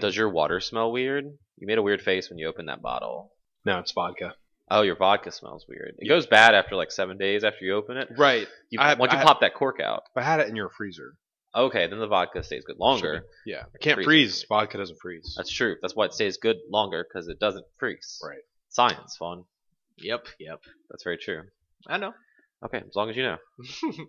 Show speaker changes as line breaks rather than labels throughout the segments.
Does your water smell weird? You made a weird face when you opened that bottle.
No, it's vodka.
Oh, your vodka smells weird. It goes bad after like seven days after you open it.
Right.
You,
I have-
once you
I have-
pop that cork out,
If I had it in your freezer.
okay, then the vodka stays good longer.
Yeah. I can't
Freezer.
freeze. Vodka doesn't freeze.
That's true. That's why it stays good longer because it doesn't freeze.
Right.
Science, fun.
Yep, yep.
That's very true.
I know.
Okay, as long as you know.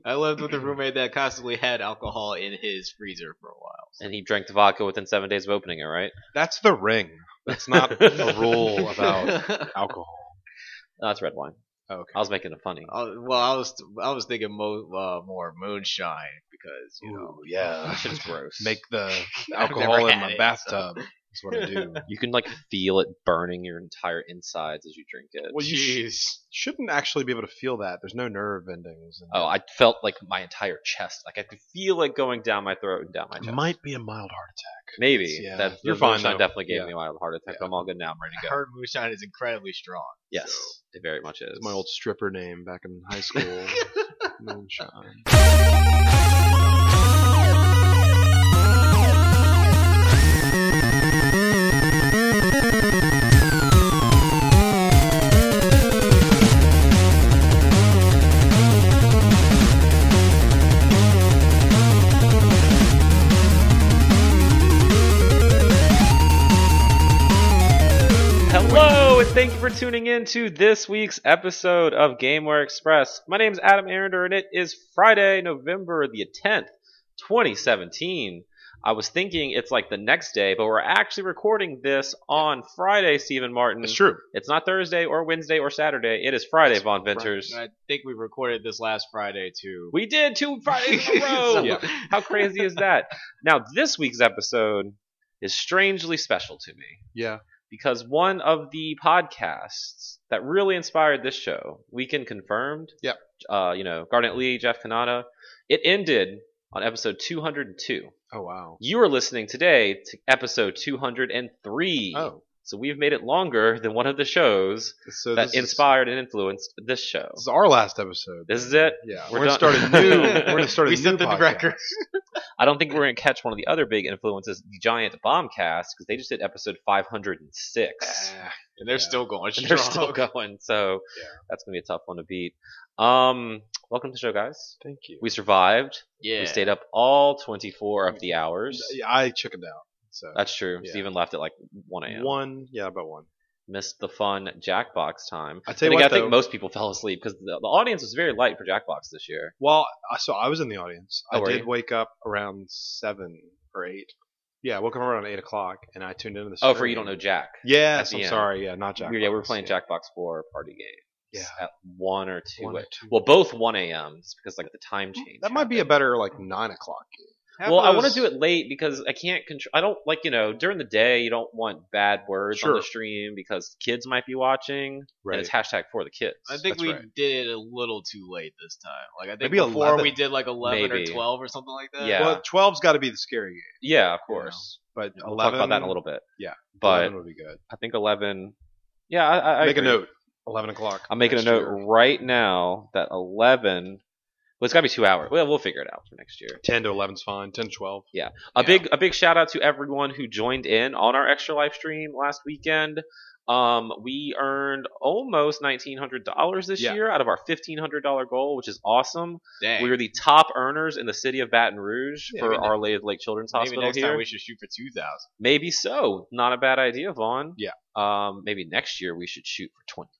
I lived with a roommate that constantly had alcohol in his freezer for a while. so-
And he drank the vodka within seven days of opening it, right?
That's the ring. That's not a rule about alcohol. Oh,
No, that's red wine.
Okay.
I was making it funny.
Uh, well, I was I was thinking mo- uh, more moonshine because you
Ooh,
know
yeah.
Shit is gross.
Make the
I've
alcohol
never
in
had
my
it,
bathtub. Is what I do.
you can like feel it burning your entire insides as you drink it.
Well, you sh-
Jeez.
shouldn't actually be able to feel that. There's no nerve endings. in
Oh,
it.
I felt like my entire chest. Like I could feel it going down my throat and down my
It
chest.
might be a mild heart attack.
Maybe.
Yeah.
That's,
You're
the
fine,
moonshine
though.
definitely gave
Yeah.
me a mild heart attack.
Yeah.
I'm all good now. I'm ready
I
to go.
heard moonshine is incredibly strong.
Yes,
so-
it very much is.
It's my old stripper name back in high school. Moonshine.
Hello, and thank you for tuning in to this week's episode of Gameware Express. My name is Adam Arender, and it is Friday, November the 10th, 2017. I was thinking it's like the next day, but we're actually recording this on Friday, Stephen Martin.
It's true.
It's not Thursday or Wednesday or Saturday. It is Friday, Von Venters.
I think we recorded this last Friday too.
We did two Fridays in a row.
So-
How crazy is that? Now, this week's episode is strangely special to me
Yeah.
because one of the podcasts that really inspired this show, Weekend Confirmed,
Yep.
uh, you know, Garnet Lee, Jeff Kanata, it ended on episode 202.
Oh wow.
You are listening today to episode 203.
Oh.
So we've made it longer than one of the shows
So
that
this is-
inspired and influenced this show.
This is our last episode.
This is it.
Yeah,
We're
we're,
done.
gonna start a new. We're gonna start a
We
new
set the
podcast.
record.
I don't think we're going to catch one of the other big influences, the Giant Bombcast, because they just did episode 506.
Ah,
and they're
Yeah.
still going
and
strong.
they're still going. So
Yeah.
that's gonna be a tough one to beat. Um, welcome to the show, guys.
Thank you.
We survived.
Yeah.
We stayed up all 24 of the hours.
Yeah, I chickened out. So
That's true.
Yeah.
Steven left at like 1 a.m.
one. Yeah, about one.
Missed the fun Jackbox time.
I tell
Then again,
you what,
I think
though-
most people fell asleep because the, the audience was very light for Jackbox this year.
Well, I- so I was in the audience.
Oh,
I
were
did
you?
wake up around seven or eight. Yeah, I woke up around eight o'clock, and I tuned into the.
Oh,
Stream.
for you don't know Jack.
Yes,
At the
I'm
end.
sorry. Yeah, not Jack.
We- yeah, we were playing Jackbox 4 party games at one or two.
One or
a-
two.
Well, both 1 a.m. because like the time change.
That might be a
happened.
better like nine o'clock. game. Have
well, I want to
those-
do it late because I can't control. I don't like you know during the day. You don't want bad words on
Sure.
the stream because kids might be watching, and
Right.
it's hashtag for the kids.
I think
That's
we
right.
did it a little too late this time. Like I think
Maybe
before
11.
we did like eleven
Maybe.
or twelve or something like that.
Yeah.
Well, twelve's got to be the scary game,
yeah, of course.
but
We'll
eleven.
talk about that in a little bit.
Yeah.
but
11 would be good.
I think eleven. Yeah, I, I, I
Make a
agree.
note. Eleven o'clock.
I'm making
next
a note
year.
right now that eleven. Well, it's got to be two hours. Well, we'll figure it out for next year.
Ten to eleven's fine. Ten to twelve.
A
Yeah.
big a big shout out to everyone who joined in on our extra live stream last weekend. Um, we earned almost nineteen hundred dollars this
Yeah.
year out of our fifteen hundred dollar goal, which is awesome.
Dang.
We were the top earners in the city of Baton Rouge
Yeah,
for
maybe
Our Lady of the Lake Children's
Maybe
Hospital
next
here.
time we should shoot for two thousand.
maybe so. Not a bad idea, Vaughn.
Yeah.
Um, maybe next year we should shoot for twenty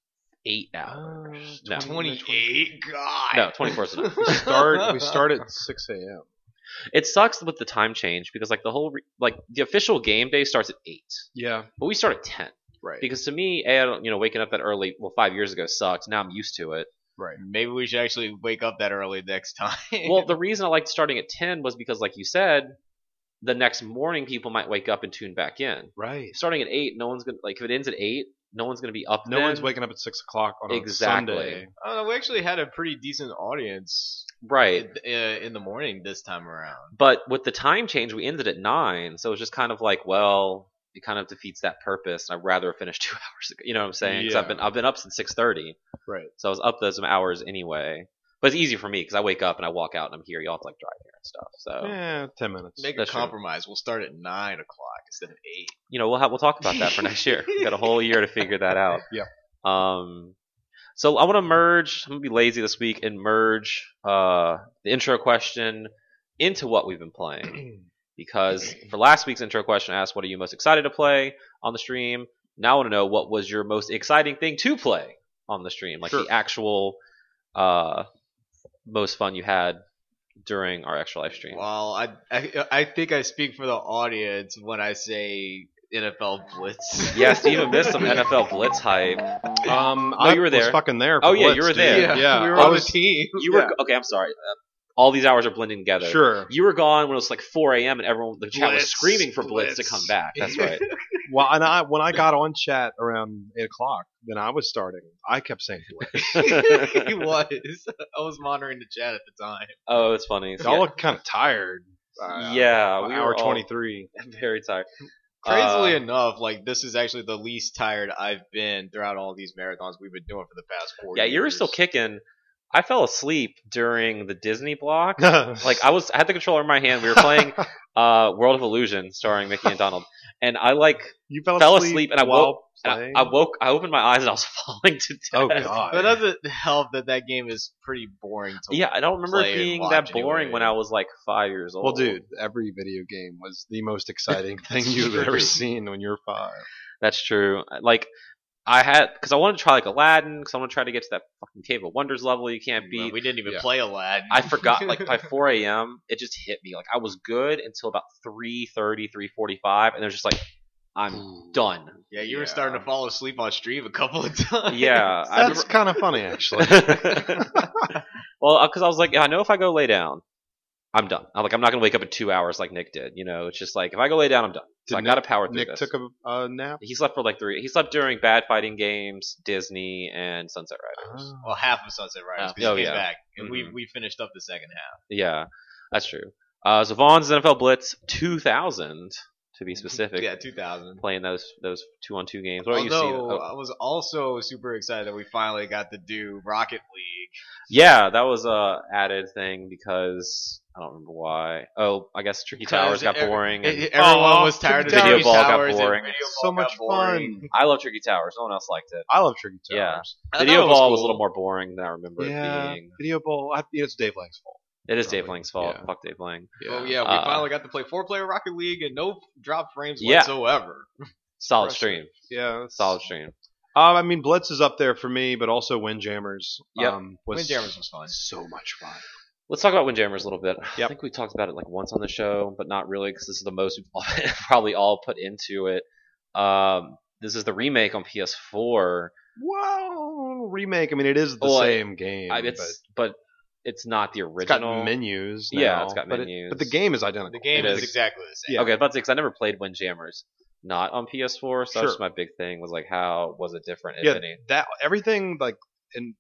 eight
Oh.
hours.
Uh,
no.
twenty-
Twenty-eight. God.
No, 24 is enough.
We start. we start at six a.m.
It sucks with the time change because like the whole re- like the official game day starts at eight,
Yeah.
but we start at ten.
Right.
Because to me, a, I don't, you know, waking up that early, well, five years ago sucked. Now I'm used to it.
right.
Maybe we should actually wake up that early next time.
Well, the reason I liked starting at 10 was because, like you said, the next morning people might wake up and tune back in.
Right.
Starting at 8, no one's going to, like, if it ends at 8, no one's going to be up
No
then.
one's waking up at six o'clock on a
Exactly.
Sunday.
I don't know, we actually had a pretty decent audience
Right.
in, uh, in the morning this time around.
But with the time change, we ended at 9. So it was just kind of like, well, it kind of defeats that purpose. And I'd rather finish two hours ago. You know what I'm saying? 'Cause I've,
Yeah.
been, I've been up since 6.30.
Right.
So I was up those hours anyway. But it's easy for me because I wake up and I walk out and I'm here. Y'all have to like drive here and stuff. So
Yeah, ten minutes.
Make
That's
a
true.
compromise. We'll start at nine o'clock instead of eight.
you know we'll have, we'll talk about that for next year. We've got a whole year to figure that out.
Yep.
Um, so I want to merge. I'm gonna be lazy this week and merge uh, the intro question into what we've been playing. because for last week's intro question, I asked, "What are you most excited to play on the stream?" Now I want to know what was your most exciting thing to play on the stream, like
Sure.
the actual uh, most fun you had during our extra live stream.
Well, I, I I think I speak for the audience when I say NFL Blitz.
Yeah, Steven missed some NFL Blitz hype.
um,
No,
I
you were there.
was fucking there.
Oh,
for
yeah, you were
Blitz, dude.
there.
Yeah,
we were
I
on
was
the team.
You were
Yeah.
okay. I'm sorry. Uh, all these hours are blending together.
sure.
You were gone when it was like 4 a.m. and everyone the chat was
Blitz,
screaming for Blitz,
Blitz.
to come back. That's right.
Well, and I when I got on chat around eight o'clock, then I was starting. I kept saying Blitz.
he was. I was monitoring the chat at the time.
oh, it's funny. So,
Y'all look kind of tired.
yeah,
Uh,
yeah,
about
we
hour
were all
twenty three.
very tired.
Crazily
Uh,
enough, like this is actually the least tired I've been throughout all these marathons we've been doing for the past four.
Yeah,
years.
you were still kicking. I fell asleep during the Disney block. like I was, I had the controller in my hand. We were playing uh, World of Illusion, starring Mickey and Donald, and I like
you fell,
fell asleep and I
while
woke- I,
playing?
I woke, I opened my eyes and I was falling to death.
oh god.
That doesn't help that that game is pretty boring. To
Yeah, I don't remember
Play
it
and
being
watch
that boring
anyway.
when I was like five years old.
Well, dude, every video game was the most exciting thing
That's
you've
true.
ever seen when you're five.
that's true. Like I had because I wanted to try like Aladdin because I want to try to get to that fucking Cave of Wonders level you can't beat.
we didn't even
Yeah.
play Aladdin.
I forgot like by 4 a.m. It just hit me. Like I was good until about 3:30, 3:45, and it was just like I'm done.
yeah, you were
Yeah.
starting to fall asleep on stream a couple of times.
Yeah, I
That's kind of funny, actually.
remember- well, because I was like, I know if I go lay down, I'm done. I'm like, I'm not gonna wake up in two hours like Nick did. You know, it's just like if I go lay down, I'm done. So
Did
I
Nick-
got to power through
Nick
this.
took a, a nap.
he slept for like three. He slept during Bad Fighting Games, Disney, and Sunset Riders.
Well, half of Sunset Riders because
Oh,
he came
yeah.
back, and we
Mhm.
we finished up the second half.
Yeah, that's true. Uh, so Vaughn's NFL Blitz 2000, to be specific.
Mm-hmm. Yeah, 2000.
Playing those those two on two games. What do you see?
Although
Oh,
I was also super excited that we finally got to do Rocket League.
yeah, that was a added thing because I don't remember why. Oh, I guess Tricky
Because
Towers got
every-
boring. and-
E- Everyone
Oh,
was tired of
Video
Tricky
Ball got
Towers and
boring.
Video
so
Ball got
much
boring.
fun.
I love Tricky Towers. No one else liked it.
I love Tricky
Yeah.
Towers.
I thought
Video
it
Ball
was
was,
cool.
a little more boring than I remember it being.
Video Bowl. I, it's Dave Lang's fault.
It is Dave
Probably.
Lang's fault.
Yeah.
Fuck Dave Lang.
Oh yeah, we
Uh,
finally got to play four-player Rocket League and no drop frames
Yeah.
whatsoever.
Solid
Impressive.
stream.
Yeah. it's-
Solid stream.
Um, I mean, Blitz is up there for me, but also Windjammers.
Yep.
Um, was
Windjammers was fun.
so much fun.
Let's talk about Windjammers a little bit. I
Yep.
think we talked about it like once on the show, but not really because this is the most we've all, probably all put into it. Um, this is the remake on PS4.
Well, remake. I mean, it is the
Well,
same game.
I, it's but, it's not the
but it's
original.
got menus.
Yeah,
now,
it's got
but it-
menus.
But, the game is identical.
The game
It
is
is.
exactly the same.
Yeah.
Okay, I was about to say because I never played Windjammers, not on PS4. So that's
Sure.
just my big thing was like, how was it different? If
Yeah.
any?
that everything like and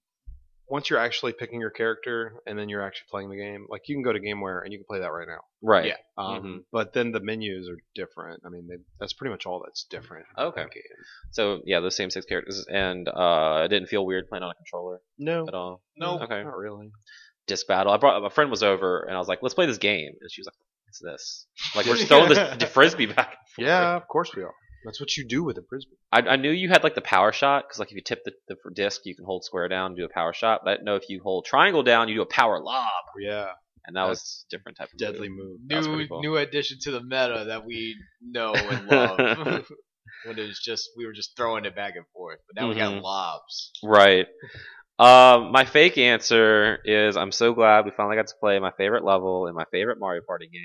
once you're actually picking your character and then you're actually playing the game, like you can go to GameWare and you can play that right now.
Right. Mm-hmm.
Yeah.
Um, But then the menus are different. I mean, they, that's pretty much all that's different. about
Okay.
that game.
So yeah, those same six characters, and uh, it didn't feel weird playing on a controller
No.
at all.
No.
Okay.
Not really.
Disc battle. I brought my friend was over, and I was like, "Let's play this game," and she was like, "It's this." Like we're just throwing this d- frisbee back. and forth.
Yeah, of course we are. That's what you do with a frisbee.
I, I knew you had like the power shot because like if you tip the, the disc, you can hold square down and do a power shot. But I didn't know if you hold triangle down, you do a power lob,
Yeah,
and that was a different type of
deadly move.
That was pretty
New
cool.
new addition to the meta that we know and love. when it was just we were just throwing it back and forth, but now we got
Mhm.
lobs.
Right. Um, my fake answer is I'm so glad we finally got to play my favorite level in my favorite Mario Party game,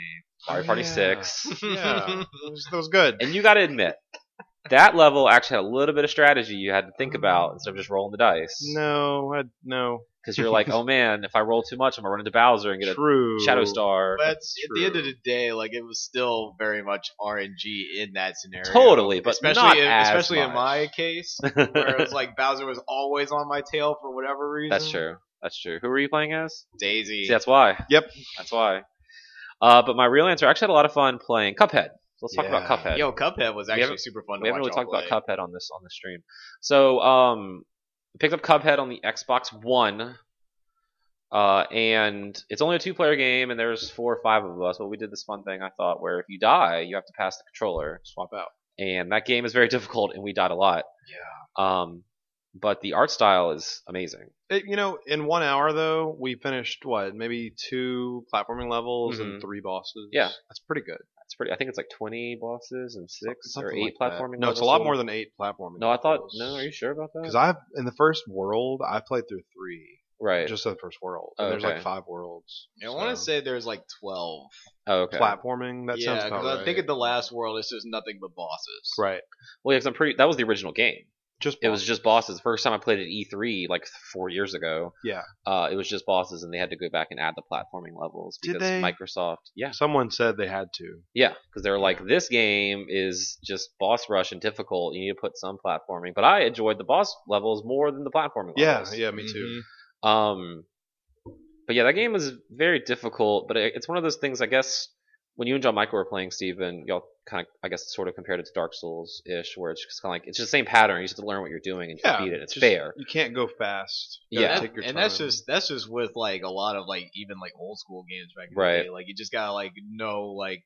Mario Party
Yeah.
6.
Yeah, that was, that was good.
And you got to admit, that level actually had a little bit of strategy you had to think about instead of just rolling the dice.
No, I, no.
Because you're like, oh man, if I roll too much, I'm going to run into Bowser and get
True.
a Shadow Star.
But at the end of
true.
the day, like it was still very much RNG in that scenario.
Totally, but
especially
not
in,
as
especially in
much.
my case, where it was like Bowser was always on my tail for whatever reason.
That's true. That's true. Who were you playing as?
Daisy.
See, that's why.
Yep.
That's why. Uh, but my real answer, I actually had a lot of fun playing Cuphead. Let's talk about
Yeah.
Cuphead.
Yo, Cuphead was
We
actually
haven't-
super fun.
we
to
haven't
watch
really talked
y'all play.
about Cuphead on this on the stream. So, um, picked up Cuphead on the Xbox One. Uh, and it's only a two-player game, and there's four or five of us. But we did this fun thing I thought, where if you die, you have to pass the controller,
Swap out.
and that game is very difficult, and we died a lot.
Yeah.
Um, but the art style is amazing.
It, you know, in one hour though, we finished what maybe two platforming levels and three bosses.
Mm-hmm. Yeah.
that's pretty good.
It's pretty. I think it's like 20 bosses and six or
Something
eight
like that.
platforming.
No, it's a
levels
lot
total.
more than eight platforming.
No, I thought. No, are you sure about that?
Because I've in the first world, I played through three,
right.
just the first world. And There's
Okay.
like five worlds.
I want to
so-
say there's like twelve.
oh, okay.
platforming. That
yeah,
sounds about right.
I think at the last world it's just nothing but bosses.
right.
Well, yeah, 'cause I'm pretty. That was the original game.
Just
It was just bosses. The first time I played at E3 like four years ago,
yeah.
uh, it was just bosses, and they had to go back and add the platforming levels
Did
because
they?
Microsoft. Yeah,
Someone said they had to.
yeah, because they were like, this game is just boss rush and difficult. You need to put some platforming. But I enjoyed the boss levels more than the platforming.
Yeah,
levels.
yeah, me too.
Mm-hmm.
Um, but yeah, that game was very difficult. But it, it's one of those things, I guess, when you and John Michael were playing, Steven, y'all kind of, I guess, sort of compared it to Dark Souls ish, where it's just kind of like it's just the same pattern. You just have to learn what you're doing and you
Yeah,
beat it. It's
just-
fair.
You can't go fast. You
Yeah.
gotta
That-
take your
and that's
time.
just that's just with like a lot of like even like old school games back in
Right.
the day. Like you just gotta like know like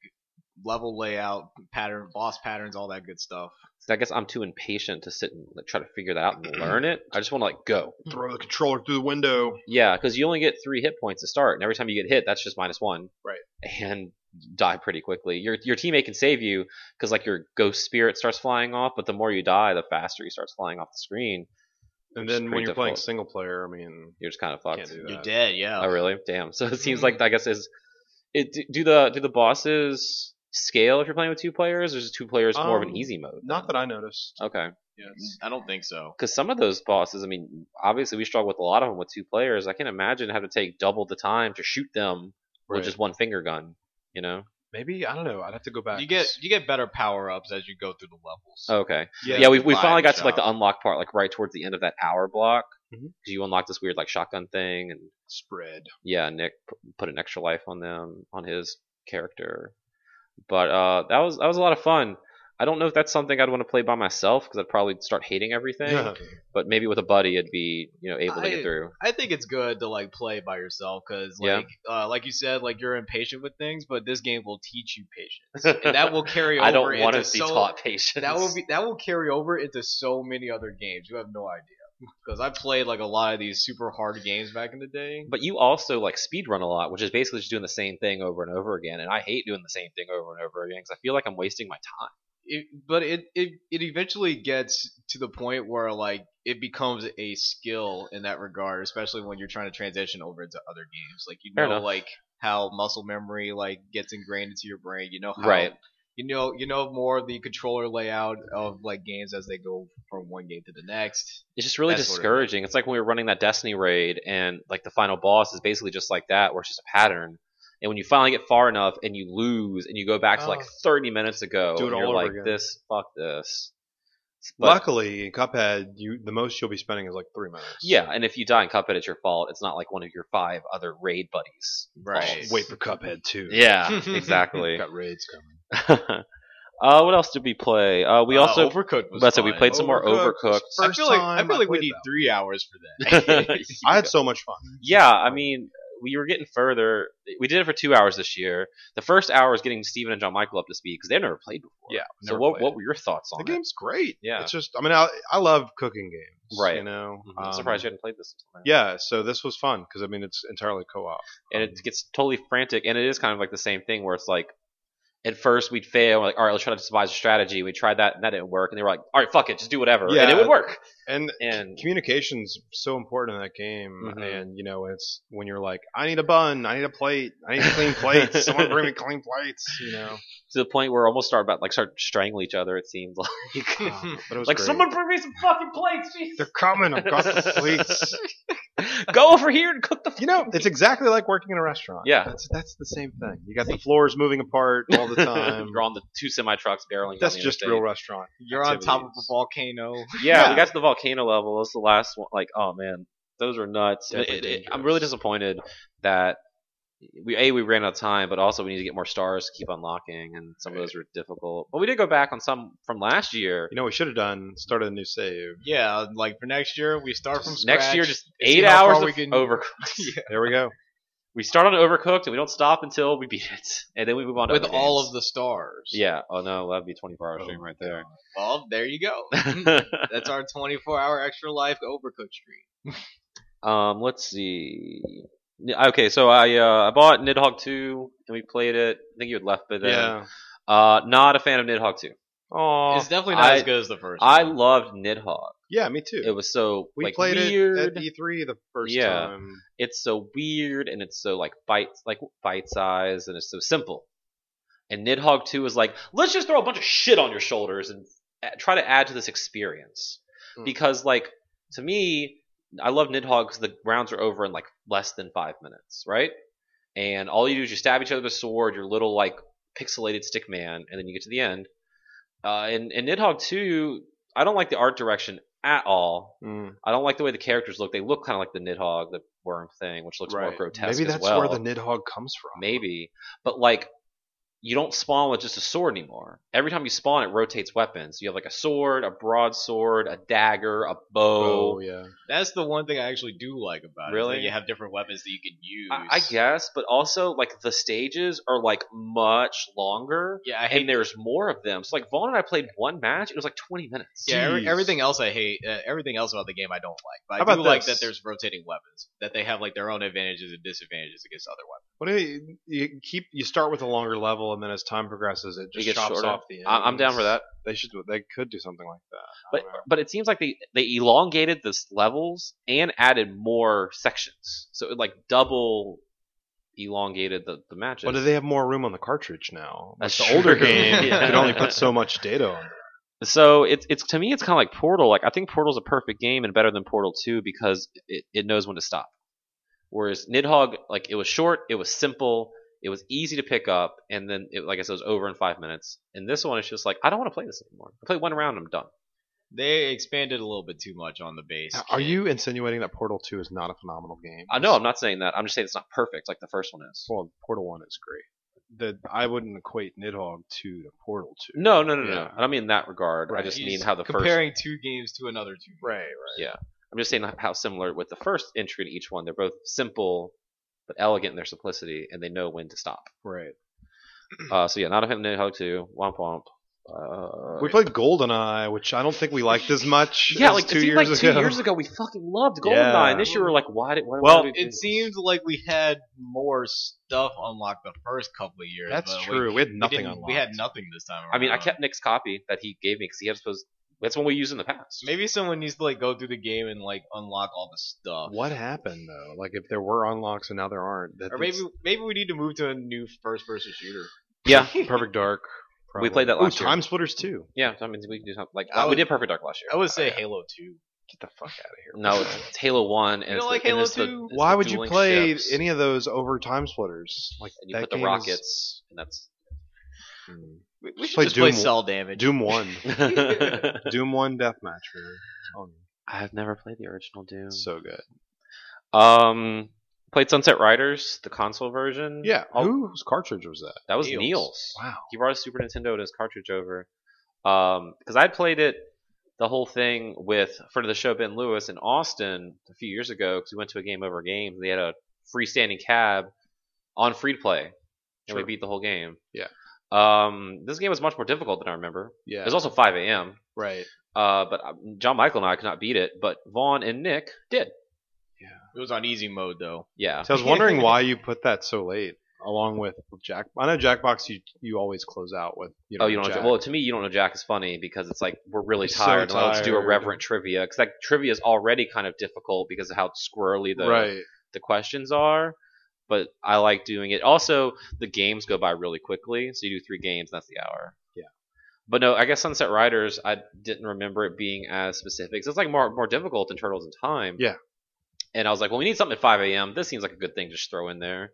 level layout, pattern, boss patterns, all that good stuff.
So I guess I'm too impatient to sit and like try to figure that out
Mm-hmm.
and learn it. I just want to like go.
throw the controller through the window.
Yeah, because you only get three hit points to start, and every time you get hit, that's just minus one.
Right.
And die pretty quickly. Your your teammate can save you because like your ghost spirit starts flying off, but the more you die, the faster he starts flying off the screen.
And
Which is
then when
pretty
you're playing
difficult.
single player, I mean,
you're just kind of
Can't
fucked.
do that. Mm-hmm.
You're dead, yeah.
Oh, really? Damn. So it seems like I guess is it do- do the do the bosses scale if you're playing with two players, or is two players more of an
Um,
easy mode?
not that I noticed.
Okay.
Yes. I don't think so.
because some of those bosses, I mean, obviously we struggle with a lot of them with two players. I can imagine having to take double the time to shoot them with
Right.
just one finger gun. You know?
Maybe I don't know. I'd have to go back.
You
and
get
s-
you get better power ups as you go through the levels.
Okay.
yeah,
Yeah, we, we finally got to like the
shot.
unlock part, like right towards the end of that hour block, because
Mm-hmm.
Mhm.
you unlock this weird like shotgun thing, and
spread.
yeah, Nick p- put an extra life on them on his character. But uh, that was that was a lot of fun. I don't know if that's something I'd want to play by myself because I'd probably start hating everything. But maybe with a buddy, it'd be you know able to get
I-
through.
I think it's good to like play by yourself because like uh, like you said, like you're impatient with things, but this game will teach you patience, and that will carry over.
I don't want to
into
be
so-
taught patience.
That will be that will carry over into so many other games. You have no idea because I played like a lot of these super hard games back in the day.
But you also like speedrun a lot, which is basically just doing the same thing over and over again. And I hate doing the same thing over and over again because I feel like I'm wasting my time.
It, but it, it it eventually gets to the point where like it becomes a skill in that regard, especially when you're trying to transition over into other games. Like you
Fair
know
enough.
like how muscle memory like gets ingrained into your brain. You know how
Right.
you know you know more of the controller layout of like games as they go from one game to the next.
It's just really
That's what it is.
discouraging. it's like when we were running that Destiny raid, and like the final boss is basically just like that, where it's just a pattern. And when you finally get far enough and you lose, and you go back to like
Oh.
30 minutes ago,
Do it
and
all
you're
over
like,
again.
this, fuck this. But-
Luckily, in Cuphead, you the most you'll be spending is like three minutes.
yeah, and if you die in Cuphead, it's your fault. It's not like one of your five other raid buddies.
Right.
Wait for Cuphead too.
Yeah, exactly.
Got raids coming.
uh, what else did we play? Uh, we
Uh,
also
Overcooked was
that's it, we
fun.
played some more Overcooked.
was
I
First
feel like I
time
feel like we
played
need
that.
three hours for that.
I had so much fun.
yeah, I mean, we were getting further. We did it for two hours this year. The first hour is getting Steven and John Michael up to speed because they've never played before.
Yeah,
So
never
what
played
what
it.
were your thoughts on
The game's great.
Yeah.
It's just I mean I I love cooking games.
Right.
You know.
it? Mhm.
Um,
I'm surprised you hadn't played this. until now.
Yeah, so this was fun because I mean it's entirely co-op.
and it gets totally frantic, and it is kind of like the same thing where it's like. At first, we'd fail. We're like, all right, let's try to devise a strategy. We tried that, and that didn't work. And they were like, all right, fuck it, just do whatever, and it
Yeah.
would work.
And
And
communication's so important in that game
Mhm.
and you know it's when you're like i need a bun i need a plate i need clean plates someone bring me clean plates you know
to the point where almost start about like start strangling each other. It seems like,
Uh, but it was
like
great.
someone bring me some fucking plates. Jesus.
they're coming i've got the plates
Go over here and cook the.
you know it's exactly like working in a restaurant
Yeah.
that's, that's the same thing you got the floors moving apart all the time
You're on the two semi trucks barreling. down
that's
the
just
interstate.
real restaurant
You're on top of a
activities.
volcano.
Yeah, we
Yeah.
got to the volcano level. That's the last one. Like, oh man, those are nuts.
Definitely
It- it-
dangerous.
I'm really disappointed that we a we ran out of time, but also we need to get more stars to keep unlocking, and some of those were difficult. But we did go back on some from last year.
You know, what we should have done started a new save.
Yeah, like for next year, we start from scratch.
Next year, just
see
eight
how far
hours
we
of
can-
overcooked.
There we go.
We start on overcooked, and we don't stop until we beat it, and then we move on to
with
other
all
games.
of the stars.
Yeah. Oh no, that'd be a 24 hour
Oh
stream right there.
Well, there you go. That's our 24 hour extra life overcooked stream.
um, let's see. Yeah, Okay, so I uh, I bought Nidhogg 2 and we played it. I think you had left by then.
Yeah.
Uh, not a fan of Nidhogg 2.
Oh.
it's definitely not
I-
as good as the first.
I
one.
loved Nidhogg.
Yeah, me too.
It was so
we
like
played
weird.
it at E3 the first
Yeah.
time.
it's so weird and it's so like bite like bite size and it's so simple. And Nidhogg 2 is like, let's just throw a bunch of shit on your shoulders and a- try to add to this experience.
Hmm.
Because like to me, I love Nidhogg because the rounds are over in like less than five minutes, right? And all you do is you stab each other with a sword, your little like pixelated stick man, and then you get to the end. Uh, and, and Nidhogg 2, I don't like the art direction at all.
Mm.
I don't like the way the characters look. They look kind of like the Nidhogg, the worm thing, which looks more
Right.
grotesque
Maybe
as
that's
well.
where the Nidhogg comes from.
Maybe, but like, you don't spawn with just a sword anymore. Every time you spawn, it rotates weapons. You have like a sword, a broadsword, a dagger, a bow.
Oh yeah.
That's the one thing I actually do like about it. is
Really?
that you have different weapons that you can use.
I, I guess, but also like the stages are like much longer,
Yeah, I hate.
and there's more of them. So like, Vaughn and I played one match. It was like 20 minutes.
Yeah, every-
Jeez.
everything else I hate. Uh, everything else about the game I don't like. But I
How about
do like
this?
that there's rotating weapons. That they have like their own advantages and disadvantages against other weapons.
What do you, you keep? You start with a longer level, and then as time progresses, it just
gets
chops
shorter.
off the end.
I, I'm down for that.
They should. They could do something like that. I
But
don't know.
but it seems like they they elongated the s- levels and added more sections, so it like double elongated the the matches.
well, do they have more room on the cartridge now?
That's
With the older
true.
game you
Yeah.
could only put so much data on. it.
So it's it's to me it's kind of like Portal. Like I think Portal's a perfect game and better than Portal Two because it, it knows when to stop. Whereas Nidhogg, like it was short, it was simple, it was easy to pick up, and then it, like I said, it was over in five minutes. And this one is just like I don't want to play this anymore. I play one round, I'm done.
They expanded a little bit too much on the base.
Are you insinuating that Portal Two is not a phenomenal game?
I know I'm not saying that. I'm just saying it's not perfect like the first one is.
Well, Portal One is great. The I wouldn't equate Nidhogg Two to Portal Two.
No, no, no, no.
Yeah.
I don't mean in that regard. I
Right.
just
He's
mean how the first
comparing two games to another two. games.
Right, right.
I'm just saying how similar with the first entry in each one. They're both simple but elegant in their simplicity, and they know when to stop.
Right.
Hmm.
Uh, so yeah, not a fan of Nidhogg 2. Womp womp. Uh,
We played GoldenEye, which I don't think we liked as much.
yeah,
as
like
two
it seemed
years
like
ago.
two years ago we fucking loved Goldeneye.
Yeah.
And this year we're like, why did? Why, why
Well,
did we do
It
this?
seemed like we had more stuff unlocked the first couple of years.
That's
but we-
true. We had nothing
we, didn't-
unlocked.
we had nothing this time. Around.
I mean, I kept Nick's copy that he gave me because he had supposed. That's one we used in the past.
Maybe someone needs to like go through the game and like unlock all the stuff.
What happened though? Like if there were unlocks and now there aren't. That
Or maybe maybe we need to move to a new first person shooter.
Yeah,
it's Perfect Dark.
We played that
Oh,
last year.
Time Splitters too.
yeah. I mean, we can do something like
I
we
would-
did Perfect Dark last year.
I would say Halo Two.
Get the fuck out of here.
no, it's, it's Halo One. And
You
it's
don't
the-
like
and
Halo
it's the-
2?
it's the
Why would you
dueling
play
ships.
any of those over Time Splitters? Like
And you
that
put the
game is-
rockets, and that's
Mm.
We, we
Just
should
play
just play
Doom.
Cell Damage.
Doom One.
I've
Doom One deathmatch. Man. Oh,
never played the original Doom.
so good.
Um, played Sunset Riders, the console version.
Yeah.
Oh,
Whose cartridge was that?
that was Niels.
Niels.
Wow.
He brought his Super Nintendo and his cartridge over. Um, because I played it the whole thing with friend of the show Ben Lewis in Austin a few years ago because we went to a game over games. They had a freestanding cab on free to play, and we
Sure.
beat the whole game.
Yeah.
Um, this game was much more difficult than I remember.
Yeah.
It was also 5 a.m.
right.
Uh, but um, John Michael and I could not beat it, but Vaughn and Nick did.
It was on easy mode though.
Yeah.
So I was wondering why you put that so late, along with Jack. I know Jackbox. You you always close out with you know.
oh, you don't know
Jack.
Jack. Well, to me, you don't know Jack is funny because it's like we're really
So
tired. now let's do
tired.
irreverent trivia because that trivia is already kind of difficult because of how squirrely the
right.
the questions are. But I like doing it. Also, the games go by really quickly, so you do three games, that's the hour.
Yeah.
But no, I guess Sunset Riders, I didn't remember it being as specific. So it's like more more difficult than Turtles in Time.
Yeah.
And I was like, well, we need something at 5 a.m. This seems like a good thing to just throw in there.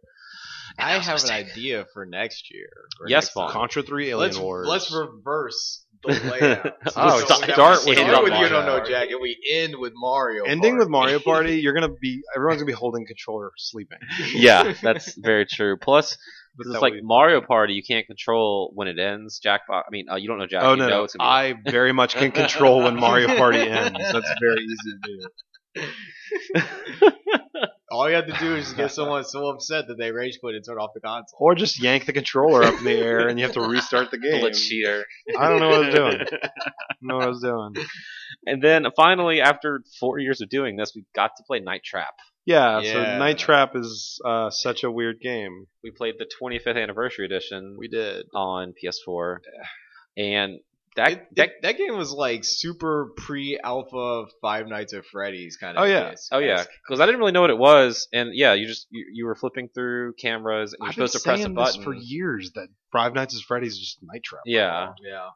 I have an idea for next year. or
Yes,
next
Vaughn.
time.
Contra Three Alien
Let's
Wars.
let's reverse the layout.
Oh,
So
start
we have-
with
we
You
start
Don't
with
Know
you don't know
Jack.
Jack, and we end with Mario.
Ending with
Party.
Mario Party, you're gonna be everyone's gonna be holding controller sleeping.
yeah, that's very true. Plus,
But
it's
that
like
would be-
Mario Party, you can't control when it ends. Jackpot. I mean, uh, you don't know Jack.
Oh
you
no,
know
no.
it's gonna
I very much can control when Mario Party ends. That's very easy to do.
All you have to do is get someone so upset that they rage quit and turn off the console.
Or just yank the controller up in the air and you have to restart the
be
game.
cheater.
I don't know what I was doing. I don't know what I was doing.
And then finally, after four years of doing this, we got to play Night Trap.
Yeah,
Yeah.
so Night Trap is uh, such a weird game.
We played the 25th anniversary edition
We did.
on PS4, and
That,
that
it,
that
that, that game was like super pre-alpha Five Nights at Freddy's kind of.
Oh, yeah.
case.
Oh yeah, because I didn't really know what it was, and yeah, you just you, you were flipping through cameras and you're
I've been
supposed to press a
saying this
button.
for years that Five Nights at Freddy's is just Night Trap.
Yeah,
yeah.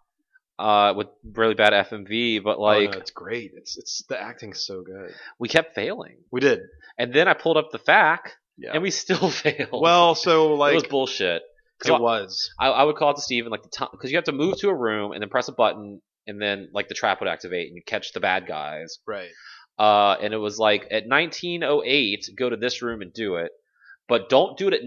uh, with really bad FMV, but like
oh, no, it's great. It's it's the acting's so good.
we kept failing,
We did.
and then I pulled up the FAQ,
Yeah.
and we still failed.
Well, so like
it was bullshit.
it was.
I, I would call it to Steven like the time because you have to move to a room and then press a button, and then like the trap would activate and you catch the bad guys.
Right.
Uh, and it was like at 1908, go to this room and do it, but don't do it at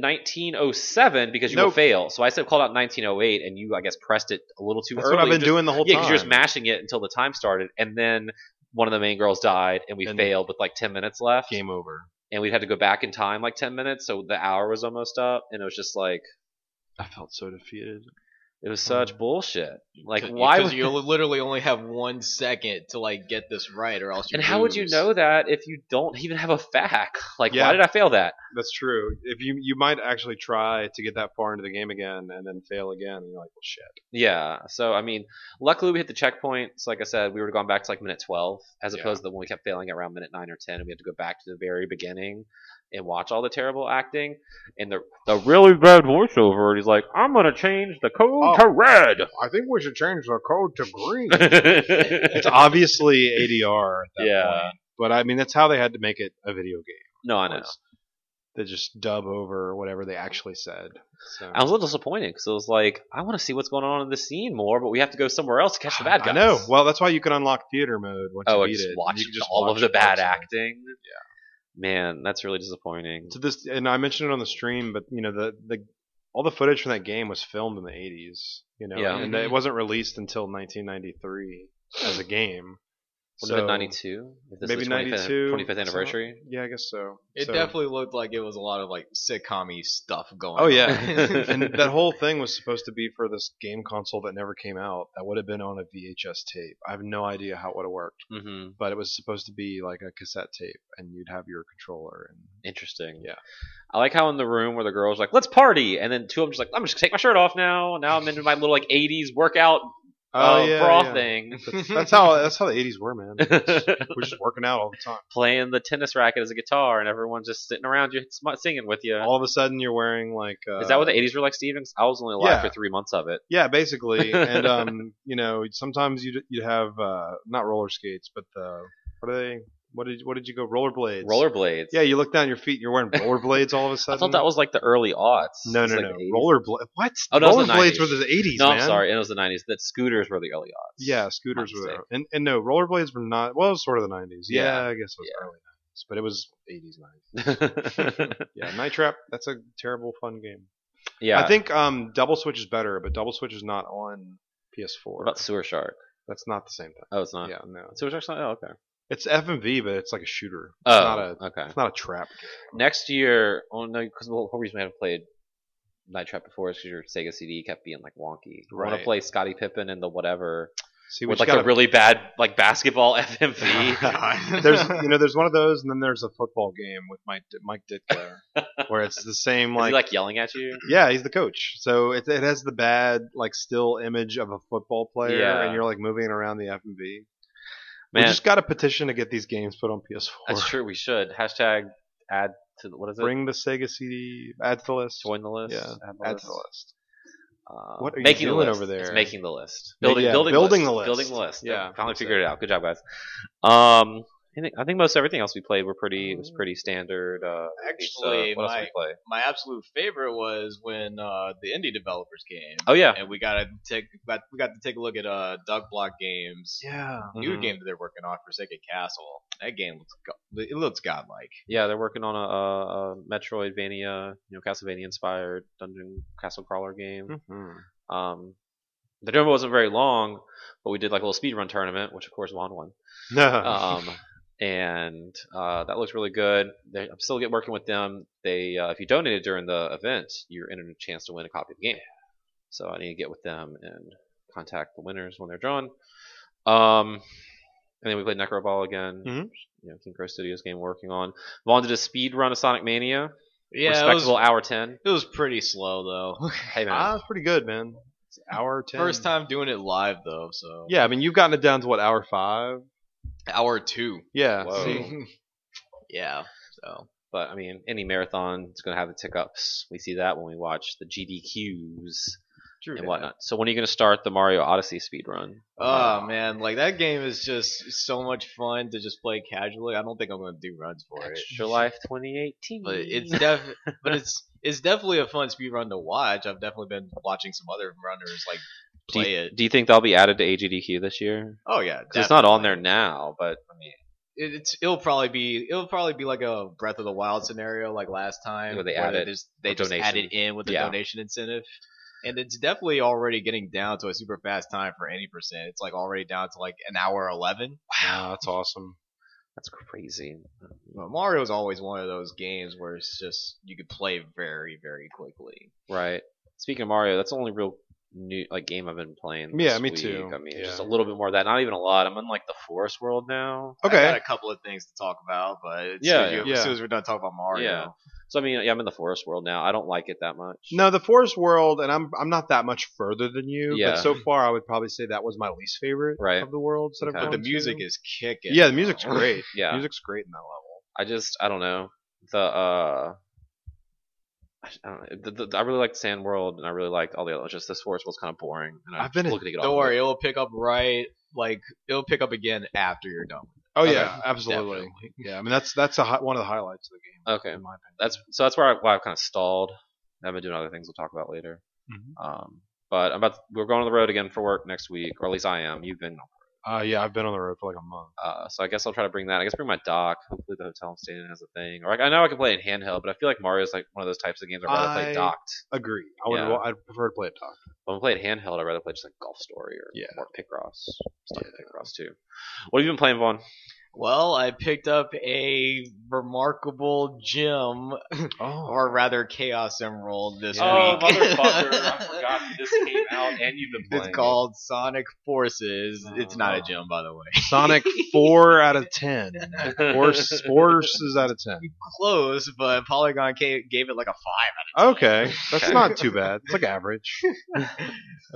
1907 because you will
Nope.
fail. So I said called out 1908, and you I guess pressed it a little too
That's
early.
what I've been
just-
doing the whole
Yeah,
time.
because you're just mashing it until the time started, and then one of the main girls died, and we
And-
failed with like 10 minutes left,
Game over.
and we had to go back in time like 10 minutes, so the hour was almost up, and it was just like
I felt so defeated.
it was such bullshit. Like
Cause-
why
Because
would
you literally only have one second to like get this right, or else. You
And how would you
lose.
know that if you don't even have a fact? Like,
Yeah.
why did I fail that?
That's true. If you you might actually try to get that far into the game again and then fail again, and you're like, well, shit.
Yeah. So I mean, luckily we hit the checkpoints. Like I said, we were gone back to like minute twelve, as
Yeah.
opposed to when we kept failing around minute nine or ten, and we had to go back to the very beginning and watch all the terrible acting and the the really bad voiceover. And he's like, "I'm gonna change the code
Oh.
to red."
I think we should change the code to green. it's
it's
obviously ADR at that
Yeah.
point. Uh, But I mean, that's how they had to make it a video game.
No, I know.
was They just dub over whatever they actually said. So.
I was a little disappointed because it was like, I want to see what's going on in the scene more, but we have to go somewhere else to catch the bad guys.
I know. Well, that's why you can unlock theater mode once
oh,
you
and
beat
just
it.
watch
You can just
all
watch
of the bad
parts it.
acting. Yeah, man, that's really disappointing.
To this, and I mentioned it on the stream, but you know the the all the footage from that game was filmed in the 80s. You know,
Yeah.
and it wasn't released until 1993 as a game.
Would have been ninety two.
maybe 92,
twenty fifth
something.
anniversary.
Yeah, I guess so.
It
So-
definitely looked like it was a lot of like sitcom stuff going.
Oh,
on.
yeah.
And-
and that whole thing was supposed to be for this game console that never came out. That would have been on a VHS tape. I have no idea how it would have worked,
Mm-hmm.
but it was supposed to be like a cassette tape, and you'd have your controller. And
Interesting.
Yeah.
I like how in the room where the girls like, let's party, and then two of them just like, I'm just gonna take my shirt off now. Now I'm into my little like eighties workout
Oh,
uh, bra thing.
That's, that's how that's how the '80s were, man. We're just working out all the time.
Playing the tennis racket as a guitar, and everyone's just sitting around you sm- singing with you.
All of a sudden, you're wearing like uh,
Is that what the '80s were like, Stevens? I was only alive
Yeah.
for three months of it.
Yeah, basically. and um, you know, sometimes you you have uh, not roller skates, but the what are they? What did what did you go? Rollerblades.
Rollerblades.
Yeah, you look down at your feet, and you're wearing rollerblades all of a
I
sudden.
thought that was like the early aughts.
No,
It's
no,
like
no.
the 80s.
Rollerblade. What?
Oh, no, it was the
rollerblades
90s.
were the eighties.
No,
man.
I'm sorry. It was the '90s. That scooters were the early aughts.
Yeah, scooters
My
were,
mistake.
the- and and no, rollerblades were not. Well, it was sort of the nineties. Yeah,
Yeah.
I guess it was early nineties, but it was eighties, nineties. Yeah, Night Trap. That's a terrible fun game.
yeah.
I think um, Double Switch is better, but Double Switch is not on
What
PS4.
about Sewer Shark?
That's not the same thing.
Oh, it's not.
yeah, no.
Sewer Shark's not. Oh, okay.
It's FMV, but it's like a shooter. It's
Oh,
not a.
okay.
It's not a trap.
Next year, oh no, because the whole reason we haven't played Night Trap before is because your Sega CD kept being like wonky. I want to
Right.
play Scottie Pippen and the whatever
See, we
with
just
like a
gotta-
really bad like basketball FMV.
there's you know there's one of those and then there's a football game with Mike Mike Ditka where it's the same
like,
like
like yelling at you.
Yeah, he's the coach. So it, it has the bad like still image of a football player,
Yeah.
and you're like moving around the F and B. We
Man,
just got a petition to get these games put on PS4.
that's true. We should hashtag add to the, what is it?
Bring the Sega CD. Add to the list.
Join the list.
Yeah,
Add
add to the list.
Uh,
What are you
making the
doing
list.
over there?
It's making the list.
Ma-
Building,
yeah,
building,
building
list.
the list.
Building the list.
Yeah,
Finally
that's it.
figured it out. Good job, guys. Um, I think- I think most everything else we played were pretty
Mm.
was pretty standard. Uh, pizza.
Actually,
what else did
my
we play?
my absolute favorite was when uh, the indie developers came.
Oh yeah,
And we got to take got, we got to take a look at uh, Doug Block Games.
Yeah.
New
Mhm.
game that they're working on for Sega Castle. That game looks go- it looks godlike.
yeah. They're working on a, a, a Metroidvania, you know, Castlevania inspired dungeon castle crawler game.
Hmm.
Um, the demo wasn't very long, but we did like a little speedrun tournament, which of course Juan won. Um, and uh, that looked really good. They, I'm still get working with them. They, uh, if you donated during the event, you're in a chance to win a copy of the game. So I need to get with them and contact the winners when they're drawn. Um, and then we played Necroball again.
Mm-hmm.
Mhm.
You know, King Crow Studios game we're working on. Vaughn did a speed run of Sonic Mania.
Yeah, it was,
respectable hour ten.
it was pretty slow though.
Hey man,
Ah, it's pretty good, man. It's hour ten.
First time doing it live though, so
Yeah, I mean, you've gotten it down to what hour five?
hour two.
Yeah.
Whoa.
See,
yeah, so
But I mean, any marathon is going to have its hiccups. We see that when we watch the GDQs
true.
and whatnot. So when are you going to start the Mario Odyssey speedrun?
Um,
Um,
Oh man, like that game is just so much fun to just play casually. I don't think I'm gonna do runs for it.
Extra Life 2018.
But it's
Mm.
def but it's it's definitely a fun speed run to watch. I've definitely been watching some other runners like
do
play
you,
it.
do you think they'll be added to AGDQ this year?
Oh yeah,
'Cause it's not on there now, but I mean,
it, it's it'll probably be it'll probably be like a Breath of the Wild scenario like last time
Where they
where
added
just, they
a
just
donation.
added in with the
Yeah.
donation incentive. And it's definitely already getting down to a super fast time for any percent. It's like already down to like an hour eleven.
wow, that's awesome.
that's crazy.
Well, Mario's always one of those games where it's just you could play very, very quickly.
Right. Speaking of Mario, that's the only real new like game I've been playing.
Yeah,
this
me
week.
too.
I mean,
Yeah.
just a little bit more of that. Not even a lot. I'm in like the forest world now.
Okay.
I got a couple of things to talk about, but as soon
Yeah,
as you-
yeah.
as soon as we're done talking about Mario,
Yeah. So I mean, yeah, I'm in the forest world now. I don't like it that much.
No, the forest world, and I'm I'm not that much further than you.
Yeah.
But so far, I would probably say that was my least favorite
Right.
of the worlds that
Okay.
I've
but
gone
the music
to.
is kicking.
Yeah, the music's
though.
great.
Yeah.
music's great in that level.
I just I don't know the uh I I don't know. The, the, I really liked Sand World and I really liked all the other. Just this forest was kind of boring and I
I've been
was
in-
looking to get
Don't
off
worry,
Of it.
it'll pick up right. Like it'll pick up again after you're done.
Oh
Okay.
yeah, absolutely.
Definitely.
Yeah, I mean that's that's a, hi- one of the highlights of the game.
Okay,
In my opinion.
that's so that's where I, why I've kind of stalled. I've been doing other things we'll talk about later.
Mhm.
Um, but I'm about to- we're going on the road again for work next week, or at least I am. You've been,
Uh, yeah, I've been on the road for like a month.
uh, so I guess I'll try to bring that. I guess bring my dock. Hopefully the hotel I'm staying in has a thing. Or like, I know I can play it in handheld, but I feel like Mario's like one of those types of games where I'd rather play
I-
docked.
Agree. I would.
Yeah.
well, I'd prefer to play it talk.
When I play it handheld, I'd rather play just like Golf Story or
Yeah.
or Picross. Stuff
Yeah.
Picross too. What have you been playing, Vaughn?
Well, I picked up a remarkable gem,
Oh,
or rather, Chaos Emerald this
Oh,
week.
this came out and you've been
It's called Sonic Forces. It's not a gem, by the way.
Sonic four out of ten. Four forces out of ten.
Close, but Polygon ca- gave it like a five.
Okay, that's
Okay.
not too bad. It's like average.
Oh,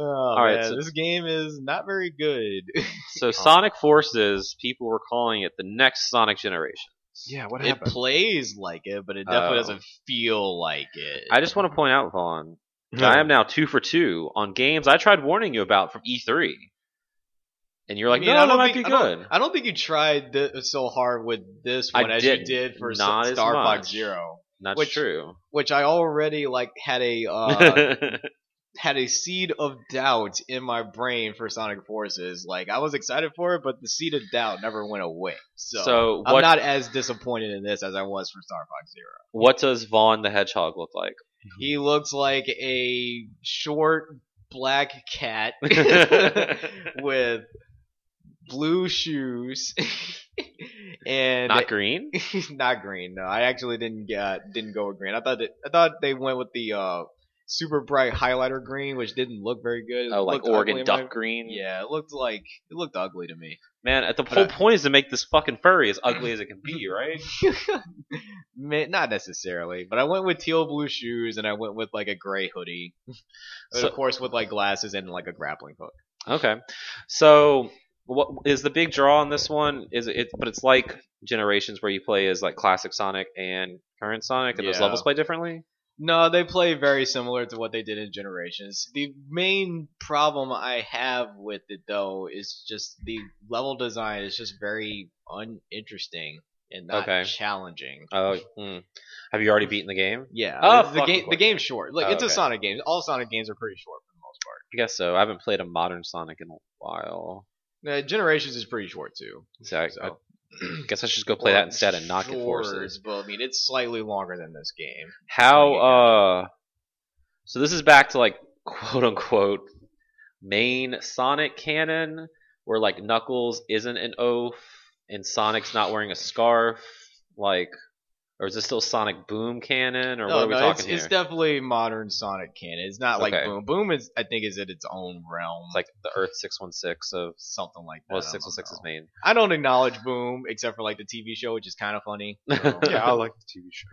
All right,
man,
so-
this game is not very good.
So Sonic Forces, people were calling it the next Sonic generation.
Yeah, what
it
happened?
plays like it, but it definitely
Oh.
doesn't feel like it.
I just want to point out, Vaughn, that I am now two for two on games I tried warning you about from E3, and you're
I
like,
mean,
no,
I
that
don't
might
think-
be
I don't-
good.
I don't think you tried th- so hard with this
I
one as
didn't.
you did for S-
Not as
Star Fox
much.
Zero,
Not
which-
true.
which I already like had a uh, had a seed of doubt in my brain for Sonic Forces. Like I was excited for it, but the seed of doubt never went away. So,
so,
I'm
what
not as disappointed in this as I was for Star Fox Zero.
what does Vaughn the Hedgehog look like?
He looks like a short black cat with blue shoes and
Not green.
not green. No, I actually didn't get uh, didn't go with green. I thought it, I thought they went with the uh, super bright highlighter green, which didn't look very good. It
Oh, like
looked ugly
Oregon
in my-
duck green.
Yeah, it looked like it looked ugly to me.
Man, at the
But
whole
I-
point is to make this fucking furry as ugly as it can be, right?
Ma- not necessarily, but I went with teal blue shoes and I went with like a gray hoodie, and
So-
of course with like glasses and like a grappling hook.
Okay. So, what is the big draw on this one? Is it? But it's like generations where you play as like classic Sonic and current Sonic, and those
Yeah.
levels play differently.
No, they play very similar to what they did in Generations. The main problem I have with it though is just the level design is just very uninteresting and not
Okay.
challenging.
Oh, hmm. have you already beaten the game?
Yeah,
Oh,
I mean, the
fuck,
game
of
the
course.
game's short. Like
Oh,
it's a
okay.
Sonic game. All Sonic games are pretty short for the most part.
I guess so. I haven't played a modern Sonic in a while.
Uh, Generations is pretty short too.
So I,
So.
I guess I should just go play that instead and not get
Short,
forces.
But I mean, it's slightly longer than this game.
How?
Yeah.
uh So this is back to like quote unquote main Sonic canon, where like Knuckles isn't an oaf and Sonic's not wearing a scarf, like. Or is this still Sonic Boom canon, or what are we talking
it's,
here?
it's definitely modern Sonic canon. It's not like
Okay.
Boom. Boom is, I think, is in its own realm.
It's like the Earth 616 of
something like that.
well,
I don't
616 is
know.
main.
I don't acknowledge Boom except for like the TV show, which is kind of funny. So,
yeah, I like the TV show.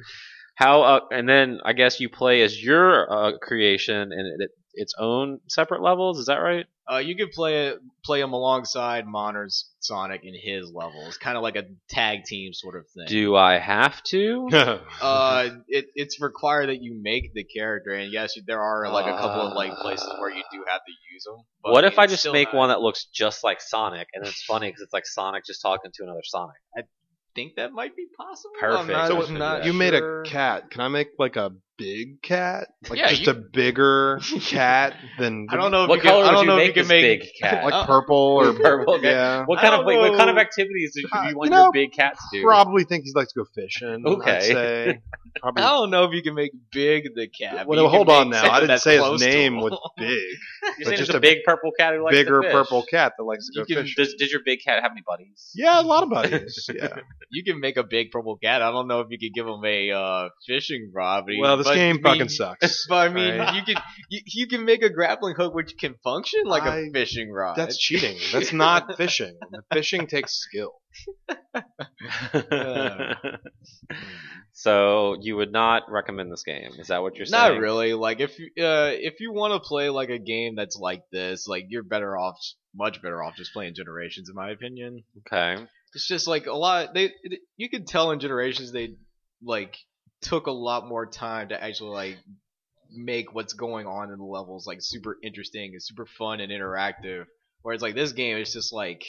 How? Uh, and then I guess you play as your uh, creation in it, its own separate levels. Is that right?
uh, you could play it, play him alongside modern Sonic in his level. It's kind of like a tag team sort of thing.
Do I have to?
Uh, it, it's required that you make the character, and yes, there are like a couple of like places where you do have to use them. But
what if I
it's
just
still
make
not-
one that looks just like Sonic, and it's funny because it's like Sonic just talking to another Sonic?
Think that might be possible.
Perfect.
I'm
So
not,
what-
should
I'm not
you made
sure.
a cat. Can I make like a big cat? Like
Yeah,
just
you-
a bigger cat than
I don't know. If
what
you
color
can, I
would
don't
you
know if
make
you can
this
make
big cat?
like
uh,
purple or
purple, okay.
Yeah.
what
I
kind of
don't
like, what kind of
know.
activities do you, do Uh, you want
You
your
know,
big cat to do?
Probably think he likes to go fishing.
Okay.
I'd say. Probably.
I don't know if you can make big the cat. but
well,
you can
hold on
make
now.
something
I didn't
that's
say
close
his
to
name
him.
was big.
You're
but
saying there's
just
a,
a
big purple cat who likes to
Bigger
fish.
purple cat that likes to
You
go
can
fishing.
Does, did your big cat have any buddies?
Yeah, a lot of buddies. Yeah.
You can make a big purple cat. I don't know if you could give him a uh, fishing rod. But he-
well, this
but
game
I mean-
fucking sucks.
But I mean,
Right.
you can you, you can make a grappling hook which can function like a
I-
fishing rod.
That's cheating. That's not fishing. Fishing takes skill.
so you would not recommend this game? Is that what you're
not
saying?
really. Like if you uh, if you want to play like a game that's like this, like you're better off, much better off, just playing Generations, in my opinion.
Okay.
It's just like a lot. They you can tell in Generations they like took a lot more time to actually like make what's going on in the levels like super interesting and super fun and interactive. Whereas like this game, it's just like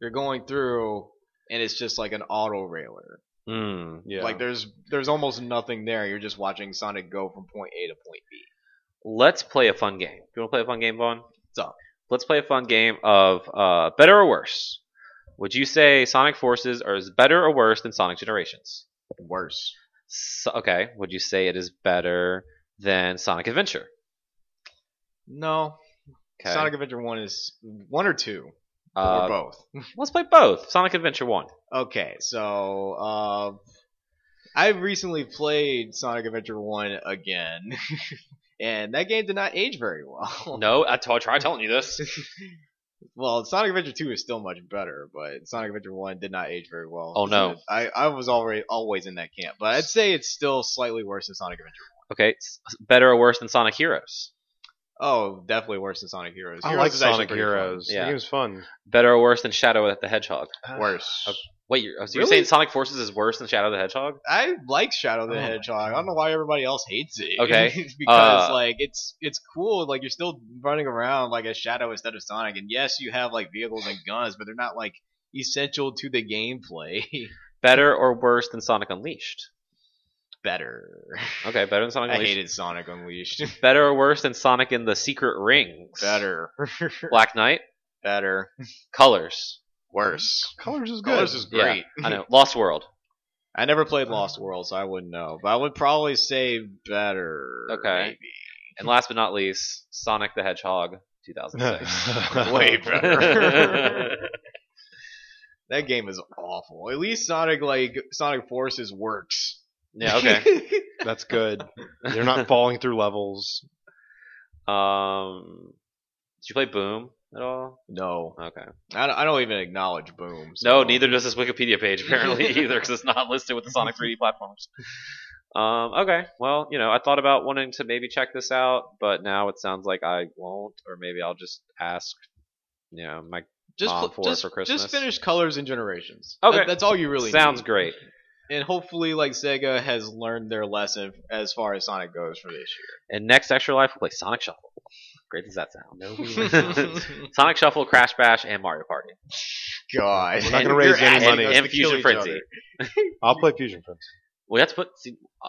you're going through and it's just like an auto railer.
Hmm.
Yeah.
Like there's there's almost nothing there. You're just watching Sonic go from point A to point B.
Let's play a fun game. You want to play a fun game, Vaughn?
What's up?
Let's play a fun game of uh, better or worse. Would you say Sonic Forces are is better or worse than Sonic Generations?
Worse.
So, okay. Would you say it is better than Sonic Adventure?
No.
Okay.
Sonic Adventure One is one or two or
uh,
both.
let's play both. Sonic Adventure One.
Okay, so uh, I recently played Sonic Adventure One again, and that game did not age very well.
No, I t- I tried telling you this.
Well, Sonic Adventure Two is still much better, but Sonic Adventure One did not age very well.
Oh, no.
I, I was already always in that camp, but I'd say it's still slightly worse than Sonic Adventure.
Okay, s- better or worse than Sonic Heroes?
Oh, definitely worse than Sonic Heroes.
I
Heroes
like
is actually
Sonic
pretty
Heroes.
Yeah.
The game's fun.
Better or worse than Shadow the Hedgehog?
fun. Worse.
Wait, you're, so you're
Really?
saying Sonic Forces is worse than Shadow the Hedgehog?
I like Shadow the
Oh my
Hedgehog. I don't know why everybody else hates it.
Okay.
because
Uh,
like it's it's cool. Like you're still running around like a Shadow instead of Sonic, and yes, you have like vehicles and guns, but they're not like essential to the gameplay.
Better or worse than Sonic Unleashed?
Better.
Okay, better than Sonic
I
Unleashed.
hated Sonic Unleashed.
Better or worse than Sonic in the Secret Rings?
Better.
Black Knight.
Better.
Colors.
Worse.
Colors is good.
Colors is
Yeah,
great.
I know. Lost World.
I never played Lost
Uh.
World, so I wouldn't know. But I would probably say better.
Okay. And last but not least, Sonic the Hedgehog 2006.
Way better.
better.
That game is awful. At least Sonic like Sonic Forces works.
yeah, okay.
That's good. You're not falling through levels.
Um, did you play Boom at all?
no,
Okay.
I don't, I don't even acknowledge Boom. so-
No, neither does this Wikipedia page apparently either, because it's not listed with the Sonic 3D platforms. Um, okay, well, you know, I thought about wanting to maybe check this out, but now it sounds like I won't, or maybe I'll just ask, you know, my
Just
Mom
pl-
for it
just,
for
just
Christmas.
finish Colors and Generations.
Okay.
That- that's all you really
sounds
need.
great.
and hopefully like Sega has learned their lesson as far as Sonic goes for this
And next Extra Life, we'll play Sonic Shuffle. Great does that sound?
year.
Sonic Shuffle, Crash Bash, and Mario Party.
God,
We're not
And-
gonna raise any
and,
money.
And, Fusion Frenzy.
I'll play Fusion Frenzy.
We have to put. See, uh,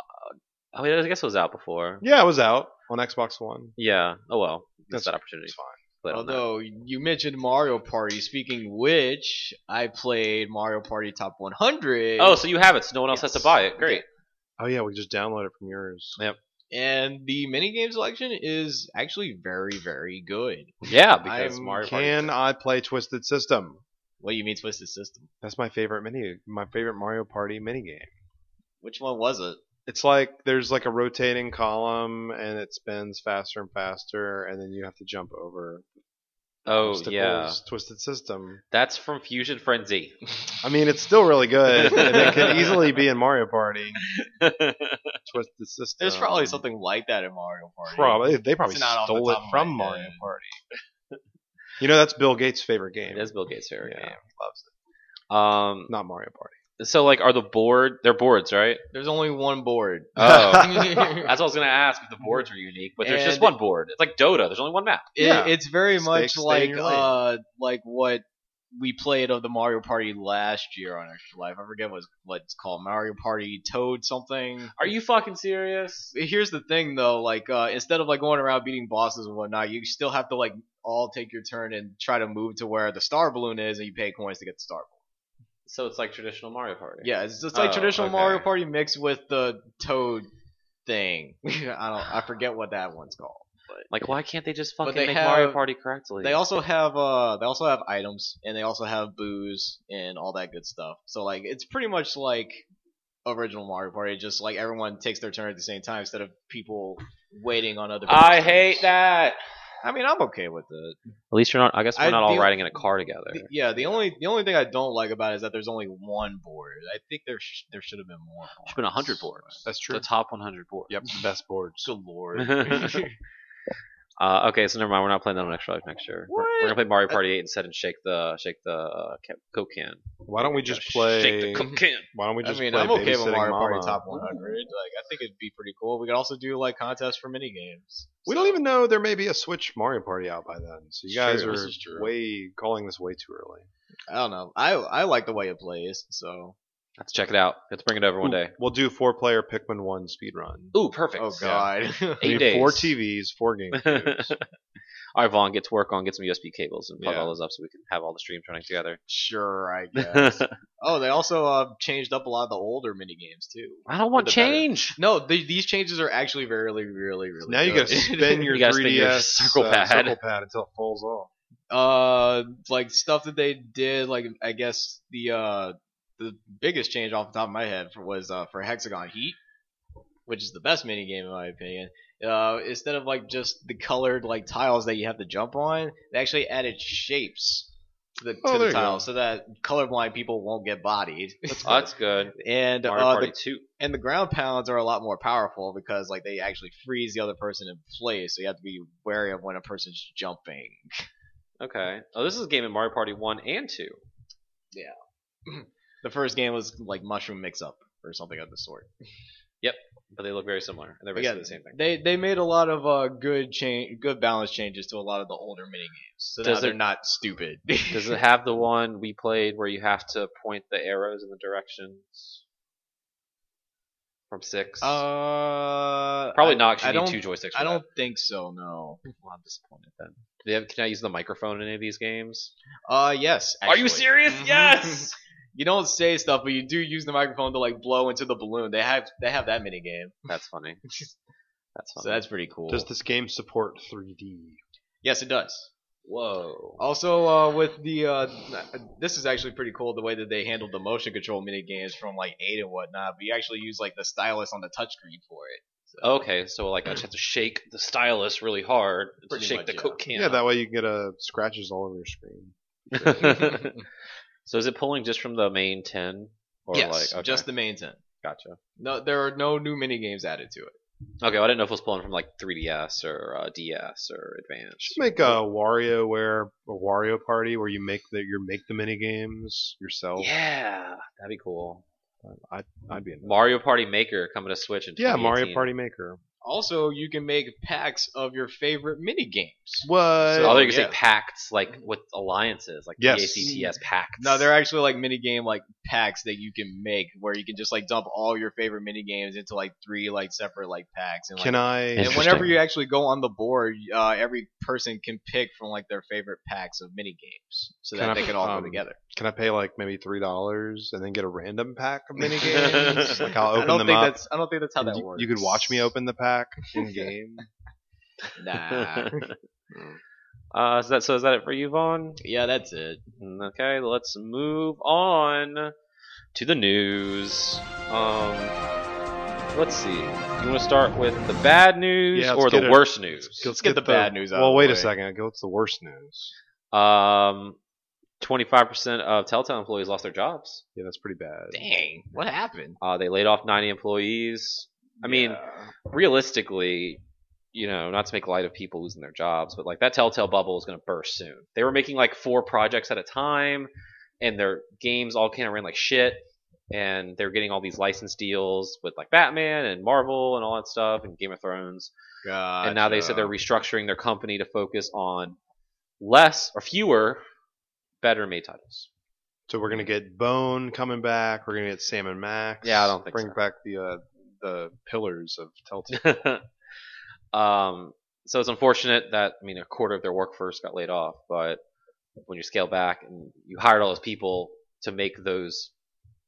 I mean, I guess it was out before.
Yeah, it was out on Xbox One.
Yeah. Oh well,
That's-
missed that opportunity.
It's fine.
But
Although you mentioned Mario Party, speaking of which, I played Mario Party Top 100.
oh, so you have it. So no one else has
Yes.
to buy it. Great.
Oh yeah, we just download it from yours.
Yeah.
and the minigame selection is actually very, very good.
Yeah, because
I'm-
Mario Party.
Um, Can I play Twisted System?
What do you mean, Twisted System?
That's my favorite mini, my favorite Mario Party minigame.
Which one was it?
It's like there's like a rotating column and it spins faster and faster, and then you have to jump over
Oh
obstacles.
yeah,
Twisted System.
that's from Fusion Frenzy.
I mean, it's still really good. and it could easily be in Mario Party. Twisted System.
There's
um,
probably something like that in Mario Party.
Probably they probably
It's not off the
stole it
top of
from
my
Mario
head.
Party. you know that's Bill Gates' favorite game.
it is Bill Gates' favorite
Yeah,
game. Um,
Not Mario Party.
so like, are the board? They're boards, right?
There's only one board.
Oh,
it,
that's what I was gonna ask. If the boards were unique, but there's just
And-
one board. It's like Dota. There's only one map.
Yeah.
It's very
Stay-
much
stay in
like
your lane.
uh, like what we played of the Mario Party last year on Extra Life. I forget what, what it's called. Mario Party Toad something.
Are you fucking serious?
here's the thing though like uh, instead of like going around beating bosses and whatnot you still have to like all take your turn and try to move to where the star balloon is and you pay coins to get the star balloon
So it's like traditional Mario Party.
yeah it's just like
Oh,
traditional
okay.
mario party mixed with the toad thing i don't i forget what that one's called
Like, why can't they just
But
fucking
they
make
have-
Mario Party correctly?
they also have uh they also have items and they also have booze and all that good stuff so like it's pretty much like original mario party just like everyone takes their turn at the same time instead of people waiting on other people's
I hate
turns.
that.
i mean i'm okay with it
At least you're not. I guess we're
I-
not all
the-
riding in a car together.
The- yeah, the only the only thing I don't like about it is that there's only one board. I think there sh- there should have been more.
Should've been 100 boards.
That's true.
The top 100 board.
yep, best boards.
Good lord.
Uh, okay, so never mind. We're not playing that on Extra Life next year. We're, we're
What?
gonna play Mario Party 8 instead and shake the shake the uh, ca- coke can.
Why don't we just
shake
play?
the coke can?
Why don't we
I
just
mean,
play
I'm okay with
Babysitting
Mario
Mama?
Party Top 100. Like, I think it'd be pretty cool. We could also do like contests for mini games.
We don't even know there may be a Switch Mario Party out by then, so you
It's
guys
true, this is
are
true.
way calling this way too early.
I don't know. I I like the way it plays. So oh
Let's check it out. Let's bring it over one day.
We'll do four player Pikmin one speed run.
Ooh, perfect.
oh god.
Eight
We need
days.
Four TVs, four game cubes.
all right, Vaughn, get to work on get some USB cables and plug
Yeah.
all those up so we can have all the streams running together.
sure, I guess. oh, they also uh, changed up a lot of the older mini games too.
I don't want
The better.
change.
No, the, these changes are actually really, really, really.
now you
good.
gotta spin your
You gotta
3DS
spin your circle
uh,
pad.
circle pad until it falls off.
uh like stuff that they did like i guess the uh the biggest change off the top of my head for, was uh for hexagon heat which is the best mini game in my opinion uh instead of like just the colored like tiles that you have to jump on they actually added shapes to the,
Oh, there
to the
you go.
tiles so that colorblind people won't get bodied
Oh, that's good.
and
Mario
uh,
Party
the,
2.
and the ground pounds are a lot more powerful because like they actually freeze the other person in place so you have to be wary of when a person's jumping
Okay. Oh, this is a game in Mario Party 1 and 2.
The first game was like mushroom mix up or something of the sort.
But they look very similar. And they're
But
basically
yeah,
the same thing.
They they made a lot of uh, good change, good balance changes to a lot of the older mini games, so
Does
now they're
it-
not stupid.
Does it have the one we played where you have to point the arrows in the directions from six?
uh,
Probably
I-
not. 'cause
I
You
don't.
need two joysticks.
I don't think so. No.
Well, I'm disappointed then. Do they have, can I use the microphone in any of these games?
Uh, yes.
Are you
actually.
serious?
Mhm.
Yes.
you don't say stuff, but you do use the microphone to like blow into the balloon. They have they have that mini game,
that's funny. That's funny.
so that's pretty cool.
Does this game support 3D?
yes, it does.
whoa.
Also, uh, with the uh, this is actually pretty cool the way that they handled the motion control mini games from like eight and whatnot. But you actually use like the stylus on the touchscreen for it.
Okay, so like I just have to shake the stylus really hard to
Pretty
shake
much,
the
yeah.
coke can.
Yeah, that way you can get uh, scratches all over your screen.
that. so is it pulling just from the main ten? Or
yes,
like okay,
just the main ten.
gotcha.
No, there are no new mini games added to it.
Okay, well, I didn't know if it was pulling from like 3DS or uh, DS or Advance.
Just make a WarioWare, a Wario party where you make the you make the mini games yourself.
Yeah, that'd be cool.
I'd, I'd be in.
Mario Party Maker coming to Switch in
Yeah, Mario
2018.
Party Maker.
Also, you can make packs of your favorite mini games.
What?
So I
Oh,
think you
yeah.
say pacts like with alliances, like
Yes.
PACTS pacts.
No, they're actually like mini game like packs that you can make where you can just like dump all your favorite mini games into like three like separate like packs and like
Can I?
and
Interesting.
whenever you actually go on the board, uh, every person can pick from like their favorite packs of mini games so
Can
that
I-
they can all
um,
go together.
Can I pay like maybe three dollars and then get a random pack of mini games? like I'll
I
open
don't
them
think
up.
that's I don't think that's how
and
that
you,
works.
you could watch me open the pack in game.
Nah.
uh, is that so? Is that it for you, Vaughn?
yeah, that's it.
Okay, let's move on to the news. Um, let's see. You want to start with the bad news
Yeah, let's
or
get
the
it.
worst news?
Let's get the bad news out
Well,
of the
wait a
way.
second. Go. What's the worst news?
Um, twenty-five percent of Telltale employees lost their jobs.
Yeah, that's pretty bad.
Dang, what happened?
Uh, they laid off ninety employees. I mean, realistically, you know, not to make light of people losing their jobs, but like that Telltale bubble is going to burst soon. They were making like four projects at a time, and their games all kind of ran like shit, and they're getting all these license deals with like Batman and Marvel and all that stuff and Game of Thrones.
God.
And now they said they're restructuring their company to focus on less or fewer better made titles.
So we're gonna get Bone coming back. We're gonna get Sam and Max.
Yeah, I don't think
bring
so.
back the uh, the pillars of Telltale.
um, so it's unfortunate that I mean a quarter of their workforce got laid off, but when you scale back and you hired all those people to make those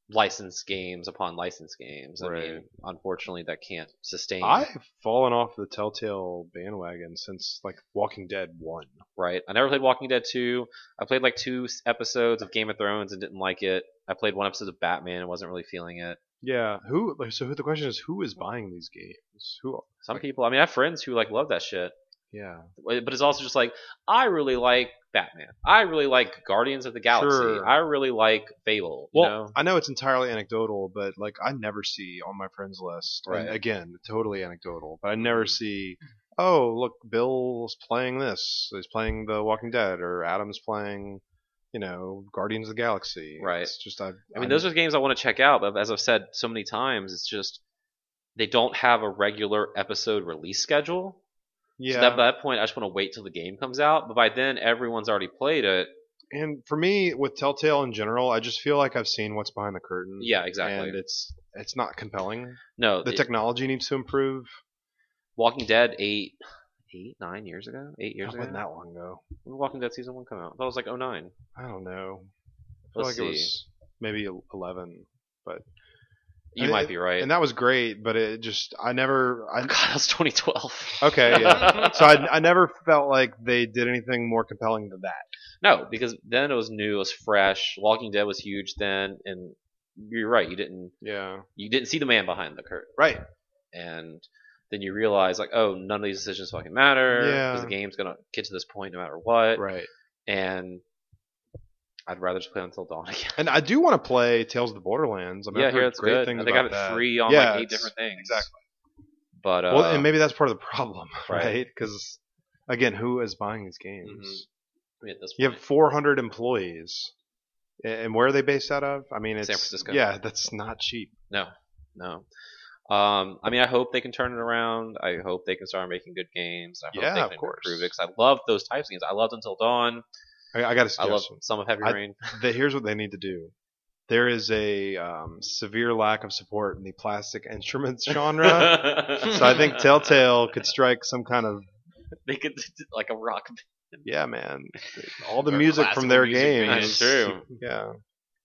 licensed games upon licensed games, I mean,
Right.
unfortunately that can't sustain,
I've fallen off the Telltale bandwagon since like Walking Dead one.
right? I never played Walking Dead two. I played like two s- episodes of Game of Thrones and didn't like it. I played one episode of Batman and wasn't really feeling it.
Yeah. Who? Like, so who, the question is, who is buying these games? Who?
Some people, I mean, I have friends who like love that shit.
Yeah.
but it's also just like I really like Batman. I really like Guardians of the Galaxy.
Sure.
I really like Fable. You
Well,
know?
I know it's entirely anecdotal, but like I never see on my friends list. and
Right. Mm-hmm.
again, totally anecdotal, but I never see. Oh, look, Bill's playing this. He's playing The Walking Dead, or Adam's playing, you know, Guardians of the Galaxy.
Right.
It's just I.
I mean, those are games I want to check out, but as I've said so many times, it's just they don't have a regular episode release schedule.
yeah.
So that, by that point, I just want to wait till the game comes out. But by then, everyone's already played it.
and for me, with Telltale in general, I just feel like I've seen what's behind the curtain.
Yeah, exactly.
Mm, And it's it's not compelling.
no,
The
it-
technology needs to improve.
Walking Dead eight, eight, nine years ago, eight years
It wasn't
ago.
that long ago.
When did Walking Dead season one come out? I thought it was like 09.
I don't know. I feel
Let's
like
see.
it was maybe eleven.
you
and
might
it-
be right.
and that was great but it just i never
God,
i
that was 2012.
okay yeah. so I, I never felt like they did anything more compelling than that
No, because then it was new, it was fresh. Walking Dead was huge then, and you're right. You didn't
yeah
you didn't see the man behind the curtain,
right
and then you realize like, oh, none of these decisions fucking matter. 'cause
Yeah.
the game's gonna get to this point no matter what.
right
And I'd rather just play until dawn again.
and i do want to play tales of the borderlands i mean
yeah,
I've
here
heard
it's
great
good.
things
I think I
about
have it
that.
free on
Yeah,
like eight
it's-
different things.
exactly
But uh,
well and maybe that's part of the problem
right.
right because again who is buying these games
Mm-hmm. I mean, at this
you
point,
have 400 employees A- and where are they based out of i mean it's
Francisco.
yeah that's not cheap
No, no. Um, I mean, I hope they can turn it around. I hope they can start making good games. I hope
Yeah,
they
of
can
course.
improve it 'cause I love those types of games. I loved Until Dawn.
i, I got a
I love
suggestion
some of Heavy
I-
Rain.
the, here's what they need to do. There is a um, severe lack of support in the plastic instruments genre, so I think Telltale could strike some kind of
they could like a rock. band.
yeah, man. All the
Or
music from
classical
their
music band.
That's
games,
true.
yeah,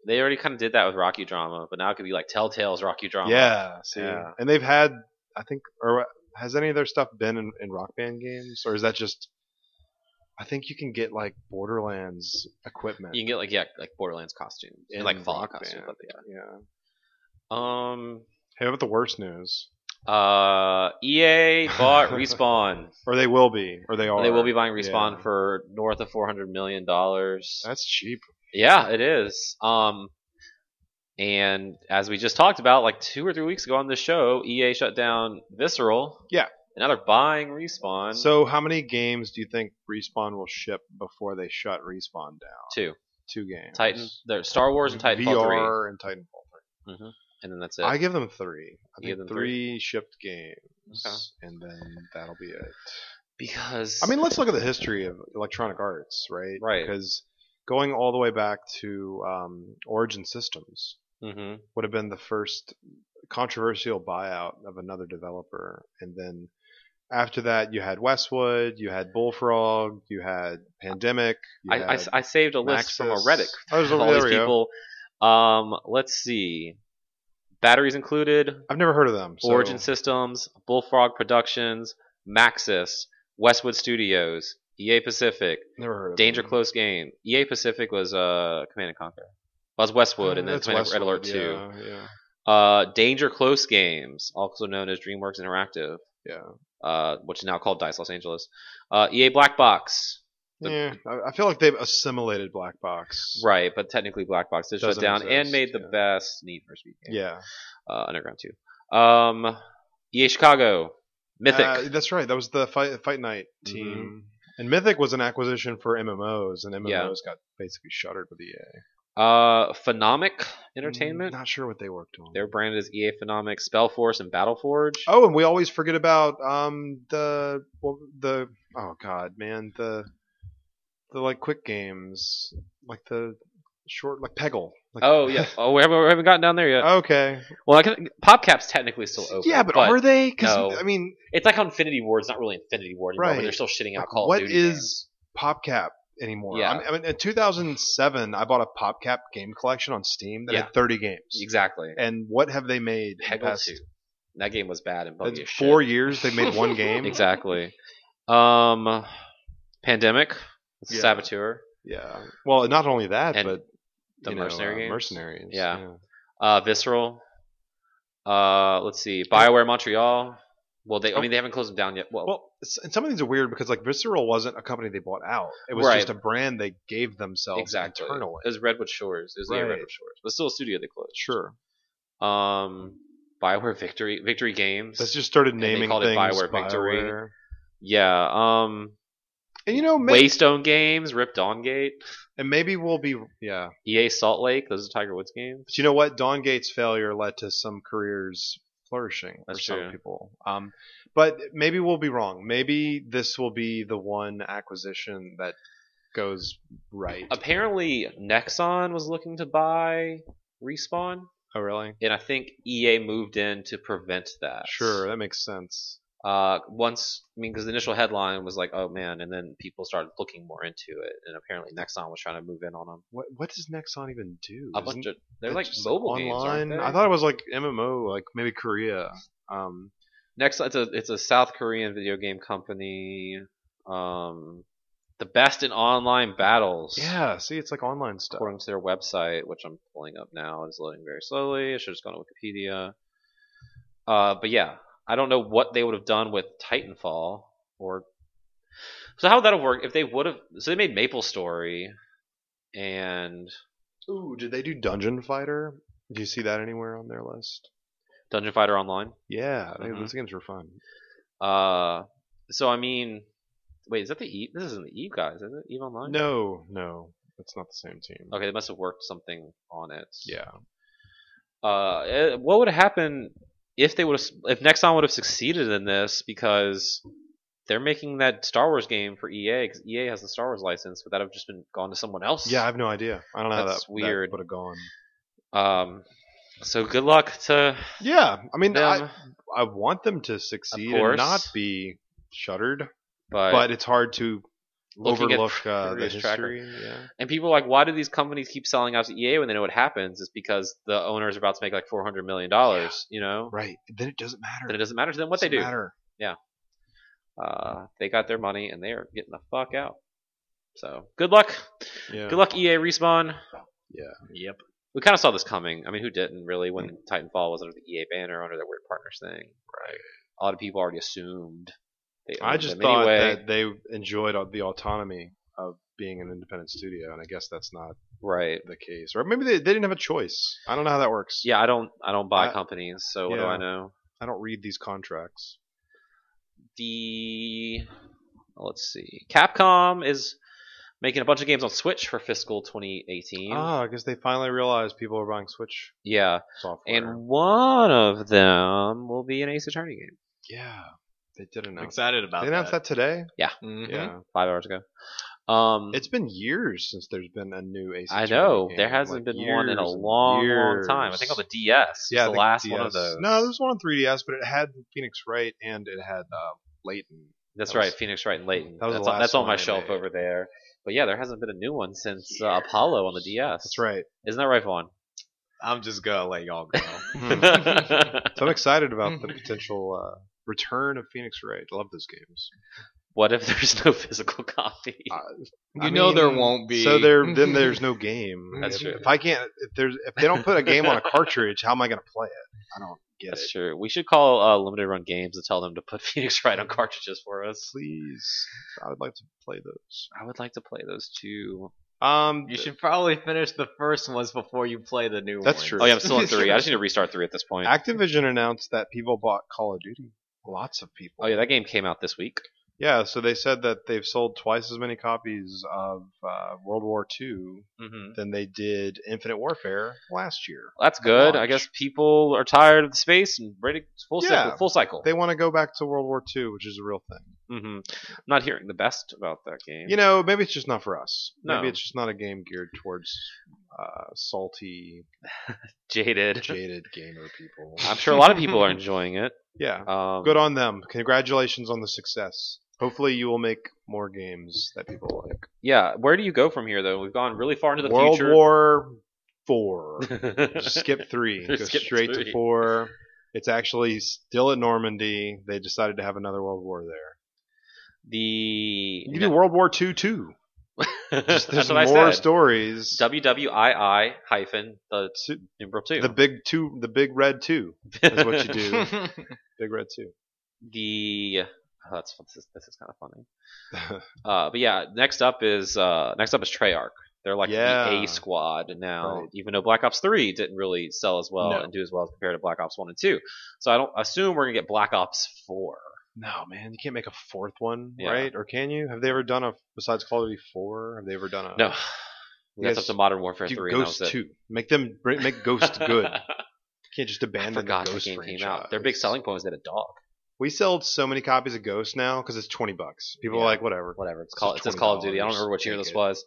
They already kind of did that with Rocky Drama, but now it could be like Telltale's Rocky Drama.
yeah, see,
Yeah.
and they've had, I think, or has any of their stuff been in, in Rock Band games, or is that just? I think you can get like Borderlands equipment.
You can get like yeah, like Borderlands costumes and,
In
like Fallout
Rock
costumes.
Band.
But yeah.
yeah.
Um.
Hey, what about the worst news?
Uh. EA bought Respawn.
Or they will be, or they are.
They will be buying Respawn
Yeah.
for north of four hundred million dollars.
That's cheap.
Yeah, it is. Um, and as we just talked about, like two or three weeks ago on this show, EA shut down Visceral.
Yeah.
And now they're buying Respawn.
So, how many games do you think Respawn will ship before they shut Respawn down?
two
Two games. Mm-hmm.
Titan, they're Star Wars and Titanfall
VR and Titanfall.
three. Mhm. and then that's it.
I give them three. I
You give
think
them
three, shipped games,
Okay.
and then that'll be it.
because
I mean, let's look at the history of Electronic Arts, right?
Right.
Because going all the way back to um, Origin Systems
hmm
would have been the first controversial buyout of another developer, and then after that, you had Westwood, you had Bullfrog, you had Pandemic. You
I, I
had
s- I saved a list from a
Maxis.
Reddit
Oh, there's a-
of all these
there we go.
people. Um, let's see, batteries included,
I've never heard of them. So
Origin Systems, Bullfrog Productions, Maxis, Westwood Studios, EA Pacific,
Never heard of
Danger
them.
Close Game. EA Pacific was uh Command and Conquer. Was Westwood and
Uh,
then
that's
Command and Red Alert
Westwood,
Two.
Yeah, yeah,
Uh, Danger Close Games, also known as DreamWorks Interactive,
yeah.
uh, which is now called Dice Los Angeles. Uh, EA Black Box, The-
yeah, I, I feel like they've assimilated Black Box.
right? But technically Black Box did shut
Doesn't
down and
exist,
made the
yeah.
best Need for Speed game,
Yeah.
uh, Underground Two. Um, EA Chicago, Mythic, Mm-hmm.
Uh, that's right. That was the fight, fight night team. And Mythic was an acquisition for MMOs, and MMOs got basically shuttered with E EA.
uh, Phenomic Entertainment.
Mm, Not sure what they worked on.
They're branded as EA E Phenomic, Spellforce, and Battleforge.
oh, and we always forget about um the well, the oh god man the the like quick games like the short like Peggle. Like,
Oh yeah. Oh, we haven't, we haven't gotten down there
Oh,
yet.
okay.
Well, I can, PopCap's technically still open.
yeah, but, are they? Because
no.
I mean,
it's like how Infinity Ward is not really Infinity Ward anymore, but
Right.
they're still shitting out
Like,
Call
what
of Duty. games.
is PopCap anymore?
Yeah.
I mean, I mean, in 2007, I bought a PopCap game collection on Steam that
Yeah.
had 30 games.
exactly
And what have they made? in the
Peggle
past-
Two? That game was bad and
that's
buggy as shit.
four years they've made one game.
exactly. Um, Pandemic,
Yeah.
Saboteur,
Yeah. Well, not only that,
And
but
the
you know,
Mercenary
uh,
games.
mercenaries.
Yeah. uh, Visceral. Uh, let's see, Bioware Montreal. Well, they I mean they haven't closed them down yet. Well,
Well, s- and some of these are weird because like Visceral wasn't a company they bought out. It was
Right.
just a brand they gave themselves
exactly.
internally.
It was Redwood Shores. It was near
Right.
Redwood Shores, but still a studio they closed.
Sure.
Um, Bioware Victory, Victory Games.
Let's just started
they
naming
called it
things.
Bioware Victory.
Bioware.
yeah. Um,
And you know, maybe,
Waystone Games, Rip Dawngate,
and maybe we'll be yeah.
EA Salt Lake. Those are Tiger Woods games.
But you know what? Don Gates' failure led to some careers flourishing
That's
for
true.
some people. Um, but maybe we'll be wrong. Maybe this will be the one acquisition that goes right.
Apparently, Nexon was looking to buy Respawn,
oh, really?
and I think EA moved in to prevent that.
Sure, that makes sense.
Uh, once, I mean, because the initial headline was like, "Oh man," and then people started looking more into it, and apparently Nexon was trying to move in on them.
What What does Nexon even do?
A
Isn't
bunch of they're
that
like
just
mobile
online.
games. are
I thought it was like MMO, like maybe Korea. Um,
Next, it's a it's a South Korean video game company. Um, the best in online battles.
yeah. See, it's like online stuff.
According to their website, which I'm pulling up now, it's loading very slowly. I should have just gone to Wikipedia. Uh, but yeah, I don't know what they would have done with Titanfall or. So how would that have worked if they would have? So they made Maple Story, and
Ooh, did they do Dungeon Fighter? Do you see that anywhere on their list?
Dungeon Fighter Online.
Yeah, they-
Mhm.
those games were fun.
Uh, so I mean, wait, is that the Eve? This isn't the Eve guys, is it? Eve Online.
No, no, it's not the same team.
Okay, they must have worked something on it.
Yeah.
Uh, eh, what would have happened if they would have if Nexon would have succeeded in this because they're making that Star Wars game for E EA because EA has the Star Wars license, would that have just been gone to someone else?
Yeah, I have no idea. I don't know
That's
how that,
weird.
would have gone.
Um. So good luck to
Yeah, I mean,
them,
I, I want them to succeed
course.
and not be shuttered,
but,
but it's hard to
Looking at
overlook uh, the
previous tracker.
history. Yeah.
and people are like, why do these companies keep selling out to EA when they know what happens? It's because the owner is about to make like four hundred million dollars. You know,
Right. Then it doesn't matter.
then it doesn't matter to them what they
Doesn't
do.
matter.
Uh, they got their money and they are getting the fuck out. So good luck.
Yeah.
Good luck, EA Respawn.
Yeah.
Yep. We kind of saw this coming. I mean, who didn't really when
Mm.
Titanfall was under the EA banner, under their weird partners thing? Right. A lot of people already assumed. They
I
owned
just
them
thought
anyway.
that they enjoyed au- the autonomy of being an independent studio, and I guess that's not
Right.
the case. Or maybe they, they didn't have a choice. I don't know how that works.
Yeah, I don't. I don't buy
I-
companies, so what do
Yeah.
I know?
I don't read these contracts.
The let's see. Capcom is making a bunch of games on Switch for fiscal 2018.
Ah, because they finally realized people are buying Switch
yeah,
software.
and one of them will be an Ace Attorney game.
yeah, they did
I'm
announce.
excited about
They announced that, today.
Mhm.
Yeah,
uh, Five hours ago. Um,
it's been years since there's been a new Ace.
I
Attorney
know
game.
there hasn't
Like,
been one in a
years and
long, long time. I think on
years.
the DS.
yeah,
was
I think
the last one of
3DS.
those.
No, there was one on 3DS, but it had Phoenix Wright and it had uh, Layton.
That's
That
right,
was-
Phoenix Wright and Layton.
that was the
that's on,
last
that's on my
one I
shelf
made.
over there. But yeah, there hasn't been a new one since uh, Apollo on the DS.
That's right.
Isn't that right, Vaughn?
I'm just gonna let y'all go.
Hmm. so I'm excited about the potential uh, return of Phoenix Wright. I love those games.
what if there's no physical copy?
Uh,
you
I
know there
mean,
won't be.
So there, then there's no game.
That's
if,
true.
If I can't, if there's, if they don't put a game on a cartridge, how am I going to play it? I don't get
That's
it.
true. We should call uh, Limited Run Games and tell them to put Phoenix Wright on cartridges for us.
Please, I would like to play those.
I would like to play those too.
Um,
you should probably finish the first ones before you play the new
That's
ones.
true.
Oh yeah, I'm still on three. I just need to restart three at this point.
Activision announced that people bought Call of Duty. Lots of people.
Oh yeah, that game came out this week.
Yeah, so they said that they've sold twice as many copies of uh, World War II
Mm-hmm.
than they did Infinite Warfare last year.
That's good. I
Launch.
guess people are tired of the space and ready full
Yeah.
cycle. Full cycle.
They want to go back to World War II, which is a real thing.
hmm I'm not hearing the best about that game.
You know, maybe it's just not for us.
No.
Maybe it's just not a game geared towards uh, salty,
jaded.
jaded gamer people.
I'm sure a lot of people are enjoying it.
Yeah,
Um,
good on them. Congratulations on the success. Hopefully, you will make more games that people like.
yeah. Where do you go from here, though? We've gone really far into the
World
future.
War Four. Just skip three, go
Skip
straight
three.
to four. It's actually still at Normandy. They decided to have another World War there.
the
You can do World War Two too. Just,
that's
there's
what I
more
said.
stories.
WWII hyphen the
Two-
numeral two.
the big two, the big red two, is what you
Oh,
do. big red two.
the oh, that's this is, this is kind of funny. Uh, but yeah, next up is uh, next up is Treyarch. They're like the
Yeah.
A squad now,
Right.
even though Black Ops Three didn't really sell as well
No.
and do as well as compared to Black Ops One and Two. So I don't assume we're gonna get Black Ops Four.
no, man, you can't make a fourth one,
Yeah.
right? Or can you? Have they ever done a besides Call of Duty Four? Have they ever done a
No, that's
guys
up to Modern Warfare
Do
Three. and that
Ghost
was it.
Two. Make them br- make Ghost good. You can't just
I
abandon
forgot
the
the
Ghost
game
franchise.
came out. Their big selling point was they had a dog.
We sold so many copies of Ghost now because it's twenty bucks. People
Yeah.
are like, whatever.
Whatever. It's
It's
called. It
just
says Call of Duty. I don't
$20.
remember what year this
Take it.
was.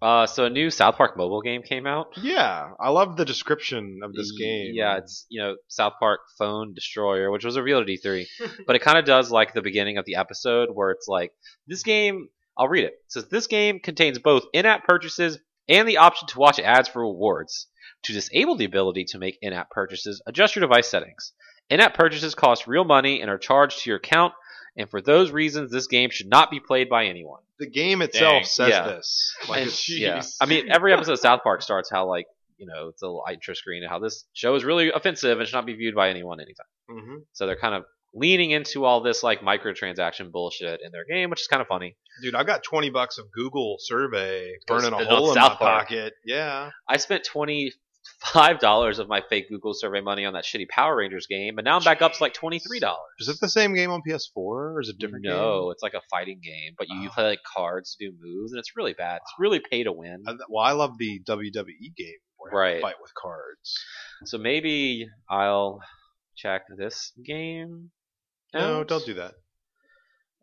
Uh, so a new South Park mobile game came out.
Yeah, I love the description of this game.
Yeah, it's you know South Park Phone Destroyer, which was revealed at E3, but it kind of does like the beginning of the episode where it's like this game. I'll read it. it. Says this game contains both in-app purchases and the option to watch ads for rewards. To disable the ability to make in-app purchases, adjust your device settings. In-app purchases cost real money and are charged to your account. And for those reasons, this game should not be played by anyone.
the game itself
Dang,
says
yeah.
this.
And-
Like,
yeah. I mean, every episode of South Park starts how like you know it's a little intro screen and how this show is really offensive and should not be viewed by anyone anytime.
hmm
So they're kind of leaning into all this like microtransaction bullshit in their game, which is kind of funny.
dude, I got twenty bucks of Google survey burning a
spend it on
hole in
South
my
Park.
pocket. Yeah,
I spent twenty five dollars of my fake Google survey money on that shitty Power Rangers game, and now I'm back up to like twenty three dollars.
is it the same game on PS4 or is it a different? Oh.
No, it's like a fighting game, but you, you play like cards to do moves, and it's really bad. It's really pay to win.
game? I, well, I love the WWE game where you
Right.
fight with cards.
So maybe I'll check this game.
No,
out.
don't do that.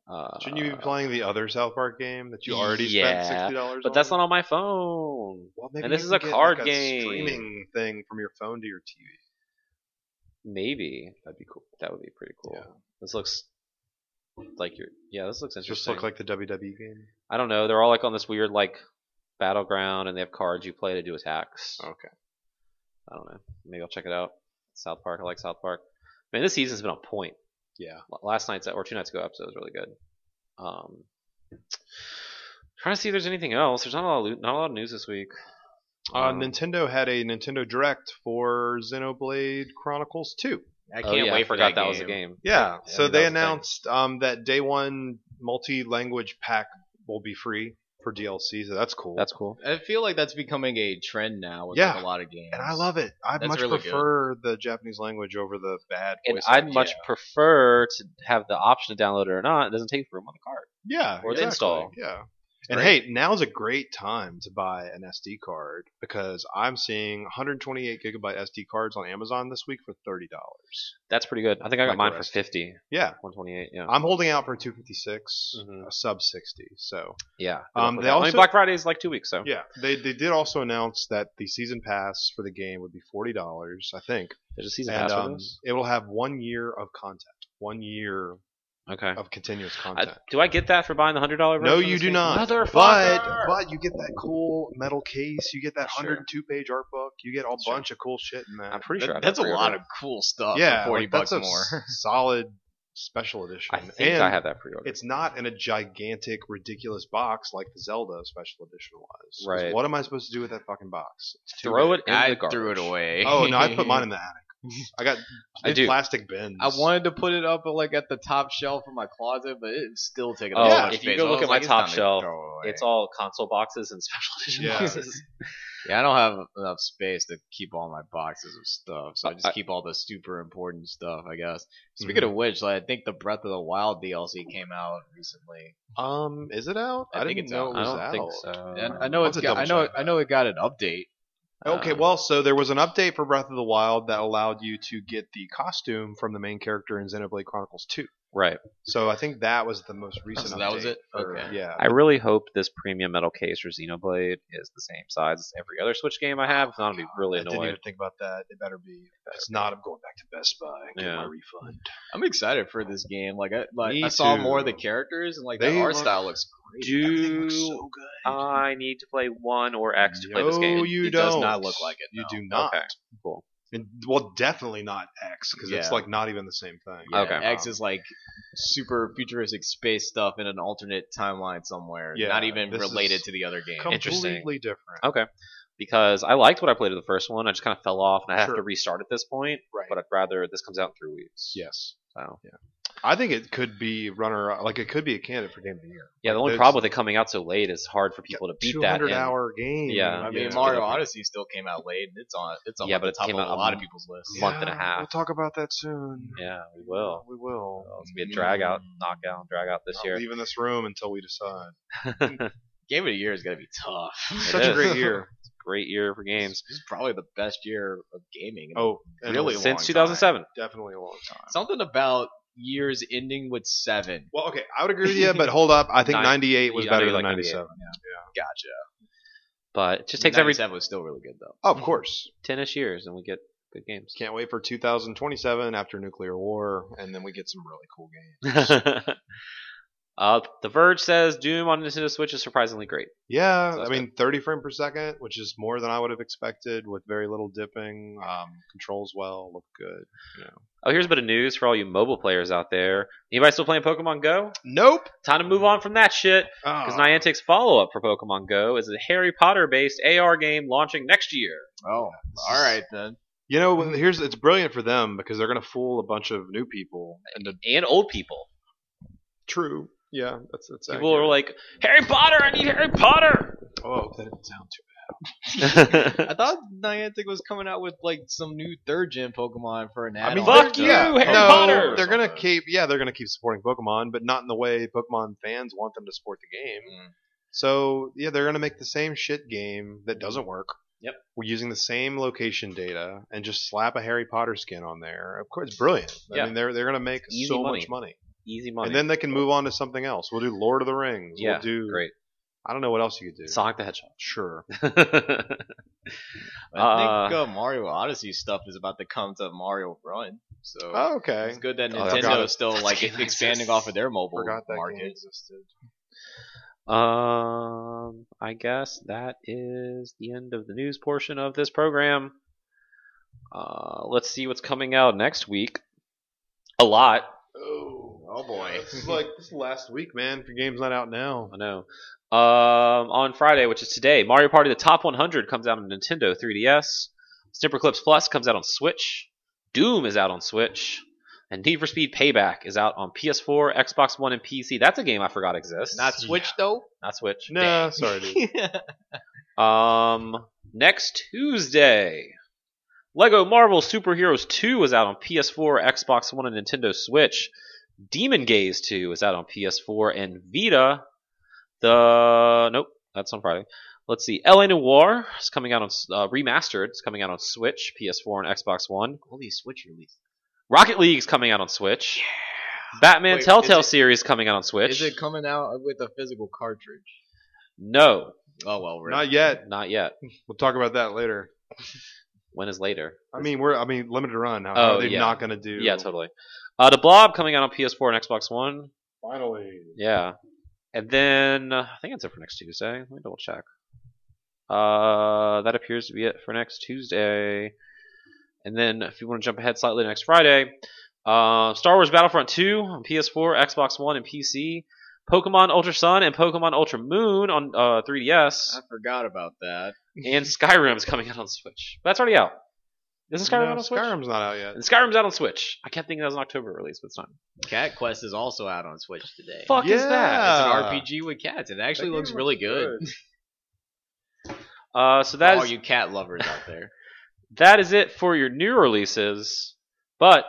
Uh,
Shouldn't you be playing the other South Park game that you already
yeah,
spent sixty dollars?
But that's not on my phone.
Well, maybe
and this
you
is
can
a
get,
card
like,
game.
streaming thing from your phone to your TV.
Maybe
That'd be cool.
that would be pretty cool.
Yeah.
This looks like your yeah. This looks
Does
interesting.
this look like the WWE game?
I don't know. They're all like on this weird like battleground, and they have cards you play to do attacks.
Okay.
I don't know. Maybe I'll check it out. South Park. I like South Park. Man, this season's been on point.
Yeah.
L- Last night's or two nights ago episode was really good. Um, trying to see if there's anything else. There's not a lot of, not a lot of news this week.
Uh,
Um,
Nintendo had a Nintendo Direct for Xenoblade Chronicles 2.
I
oh,
can't
yeah,
wait.
I
for
forgot
that,
was a game.
Yeah,
I think
so they
that was a thing.
announced um, that day one multi-language pack will be free for DLC, so that's cool.
That's cool.
I feel like that's becoming a trend now with
Yeah.
like, a lot of games.
and I love it. I
That's
much
really good.
prefer the Japanese language over the bad.
And
voice
I'd
acting.
much prefer to have the option to download it or not. It doesn't take room on the card.
yeah,
or the install.
Yeah, And
Great.
hey, now's a great time to buy an SD card because I'm seeing 128 gigabyte SD cards on Amazon this week for thirty dollars.
That's pretty good. I think I got
Like
mine
the
for
rest.
50,
Yeah,
128. Yeah.
I'm holding out for 256,
Mhm.
a sub 60. So
yeah.
Um,
they
they
also, I mean,
also-
Black Friday is like two weeks, so.
yeah, they they did also announce that the season pass for the game would be forty dollars, I think,
There's a season
and
pass for
um,
this?
it will have one year of content, one year
Okay.
of continuous
I,
content.
do I get that for buying the $100 version?
oh, No,
of
you
this
do
game?
not. But
Motherfucker!
but you get that cool metal case. You get that
Sure.
102 page art book. You get a
Sure.
bunch of cool shit in that.
I'm pretty
That-
sure I
that's a
pre-ordered
lot
it.
of cool stuff.
yeah,
for forty
like, that's
bucks
a
more.
solid special edition.
I think
and
I have that pre-ordered.
It's not in a gigantic, ridiculous box like the Zelda special edition was. 'Cause
Right.
What am I supposed to do with that fucking box? It's too
Throw
big.
it in
I
the garbage.
threw it away.
Oh no, I put mine in the attic. I got
I
big
do.
plastic bins.
I wanted to put it up like at the top shelf of my closet, but it's still taking
Oh,
up so much
if you
space.
go
I
look
was
at
like,
my
it's
top
time to
shelf,
throw it away.
It's all console boxes and special edition
Yeah.
boxes.
Yeah, I don't have enough space to keep all my boxes of stuff, so I just
I-
keep all the super important stuff, I guess. Speaking
Mm-hmm.
of which, like, I think the Breath of the Wild DLC came out recently.
Um, is it out?
I
I,
think
didn't
it's
know it
out.
I
was
don't
out.
think so.
And I know
Oh, I'll
it's
have to
got, I know
double
it,
check
I know it got an update.
Okay,
Um,
well, so there was an update for Breath of the Wild that allowed you to get the costume from the main character in Xenoblade Chronicles 2.
Right.
So I think that was the most recent.
Oh, So that was
update
it?
for-
Okay.
Yeah.
I really hope this premium metal case for Xenoblade is the same size as every other Switch game I have. If not, I'll be really
I didn't even
annoyed.
think about that. It better be. If it's not, I'm going back to Best Buy and get
Yeah.
my refund.
I'm excited for this game. Like, I, like,
Me
I saw
too.
more of the characters, and like the
They
art
look-
style looks great.
Everything looks
Do
so good.
I need to play one or X to play this
No,
game?
you
It
don't.
does not look like it,
You
no.
do not.
Okay. Cool.
And, well, definitely not X because
Yeah.
it's like not even the same thing.
Yeah,
Okay.
X is like super futuristic space stuff in an alternate timeline somewhere,
Yeah,
not even
this
related
is
to the other game.
Interesting.
completely different.
Okay. Because I liked what I played of the first one. I just kind of fell off, and I have
Sure.
to restart at this point.
Right.
But I'd rather this comes out in three weeks.
yes.
So.
I think it could be runner. Like it could be a candidate for game of the year.
Yeah, the only
There's-
problem with it coming out so late is hard for people to beat that. and-
200 hour game.
Yeah.
I
I
mean,
mean,
Mario
it's-
Odyssey still came out late, and it's on it's on
Yeah,
like,
but
the
it
top
came
of a
out a
lot of
month-
people's lists.
month and a half.
We'll talk about that soon.
Yeah, we will.
We will.
Well, it's gonna be a drag out,
Mm.
knockout, drag out this
Not
year.
leaving this room until we decide.
Game of the year is gonna be tough.
Such a
is.
great year.
Great year for games.
This is probably the best year of gaming.
Oh, and
Really
it's
Since
time.
2007.
Definitely a long time.
something about years ending with seven.
Well, okay, I would agree with you, but hold up. I think
Nine-
98 was
Yeah, I know
better
you
than
like
97.
Gotcha.
But it just takes every
seven was still really good though.
Oh, of course.
10 ish years and we get good games.
Can't wait for 2027 after nuclear war, and then we get some really cool games.
uh, the Verge says Doom on Nintendo Switch is surprisingly great.
Yeah,
So
I
that's
mean, 30 frame per second, which is more than I would have expected, with very little dipping. Um, controls well, look good. You know.
Oh, here's a bit of news for all you mobile players out there. Anybody still playing Pokemon Go?
Nope.
Time to move on from that shit because
Ah.
Niantic's follow-up for Pokemon Go is a Harry Potter-based AR game launching next year.
Oh, all right then.
You know, when- here's it's brilliant for them because they're gonna fool a bunch of new people.
And, and old people.
True. Yeah, that's that's.
People are like, Harry Potter, I need Harry Potter.
oh, that didn't sound too.
I thought Niantic was coming out with like some new third gen Pokemon for an add
fuck you, Harry
no,
Potter!
They're gonna keep, yeah, they're gonna keep supporting Pokemon, but not in the way Pokemon fans want them to support the game.
Mm.
So yeah, they're gonna make the same shit game that doesn't work.
Yep.
We're using the same location data and just slap a Harry Potter skin on there. Of course, it's brilliant. I
Yeah.
mean, they're they're gonna make
Easy
so
money.
much money.
Easy money.
and then they can move on to something else. We'll do Lord of the Rings.
yeah,
we'll do.
great.
I don't know what else you could do.
Sonic the Hedgehog.
Sure.
I think uh, Mario Odyssey stuff is about to come to Mario Run, so
Oh, okay.
it's good that
Oh, I forgot
Nintendo
it.
is still like
Game
expanding
exists.
off of their mobile
Forgot that
market.
game existed.
Um, I guess that is the end of the news portion of this program. Uh, let's see what's coming out next week. A lot,
Oh,
Oh, boy.
this is like this is last week, man. If your game's not out now,
I know. Um, on Friday, which is today, Mario Party: The Top 100 comes out on Nintendo 3DS. Snipper Clips Plus comes out on Switch. Doom is out on Switch, and Need for Speed Payback is out on PS4, Xbox One, and PC. That's a game I forgot exists.
Not Switch though.
not Switch.
no, sorry, dude.
Um, next Tuesday, Lego Marvel Superheroes 2 is out on PS4, Xbox One, and Nintendo Switch. Demon Gaze 2 is out on PS4 and Vita. The nope, that's on Friday. Let's see. LA Noir is coming out on s- uh, remastered. It's coming out on Switch, PS4, and Xbox One.
All these Switch releases.
Rocket League is coming out on Switch. Batman
Wait, is
Telltale
it-
series coming out on Switch.
Is it coming out with a physical cartridge?
no,
Oh well, we're
Not yet.
not yet.
We'll talk about that later.
When is later?
I mean, we're I mean limited run. How how
Oh,
are they
yeah.
not going to do?
Yeah, totally. Uh, the Blob coming out on PS4 and Xbox One.
Finally,
Yeah. And then uh, I think that's it for next Tuesday. Let me double check. Uh, that appears to be it for next Tuesday. And then if you want to jump ahead slightly to next Friday, uh, Star Wars Battlefront 2 on PS4, Xbox One, and PC. Pokemon Ultra Sun and Pokemon Ultra Moon on uh, 3DS.
I forgot about that.
And Skyrim's coming out on Switch. That's already out. Isn't Skyrim
No,
out on Switch?
Skyrim's not out yet.
And Skyrim's out on Switch. I kept thinking that was an October release, but it's not.
Cat Quest is also out on Switch today.
Fuck is
Yeah.
that?
It's an
Ah.
RPG with cats. It actually
That
looks
game
really good.
Uh, so
For
that
all
is-
Oh, you cat lovers out there.
that is it for your new releases. But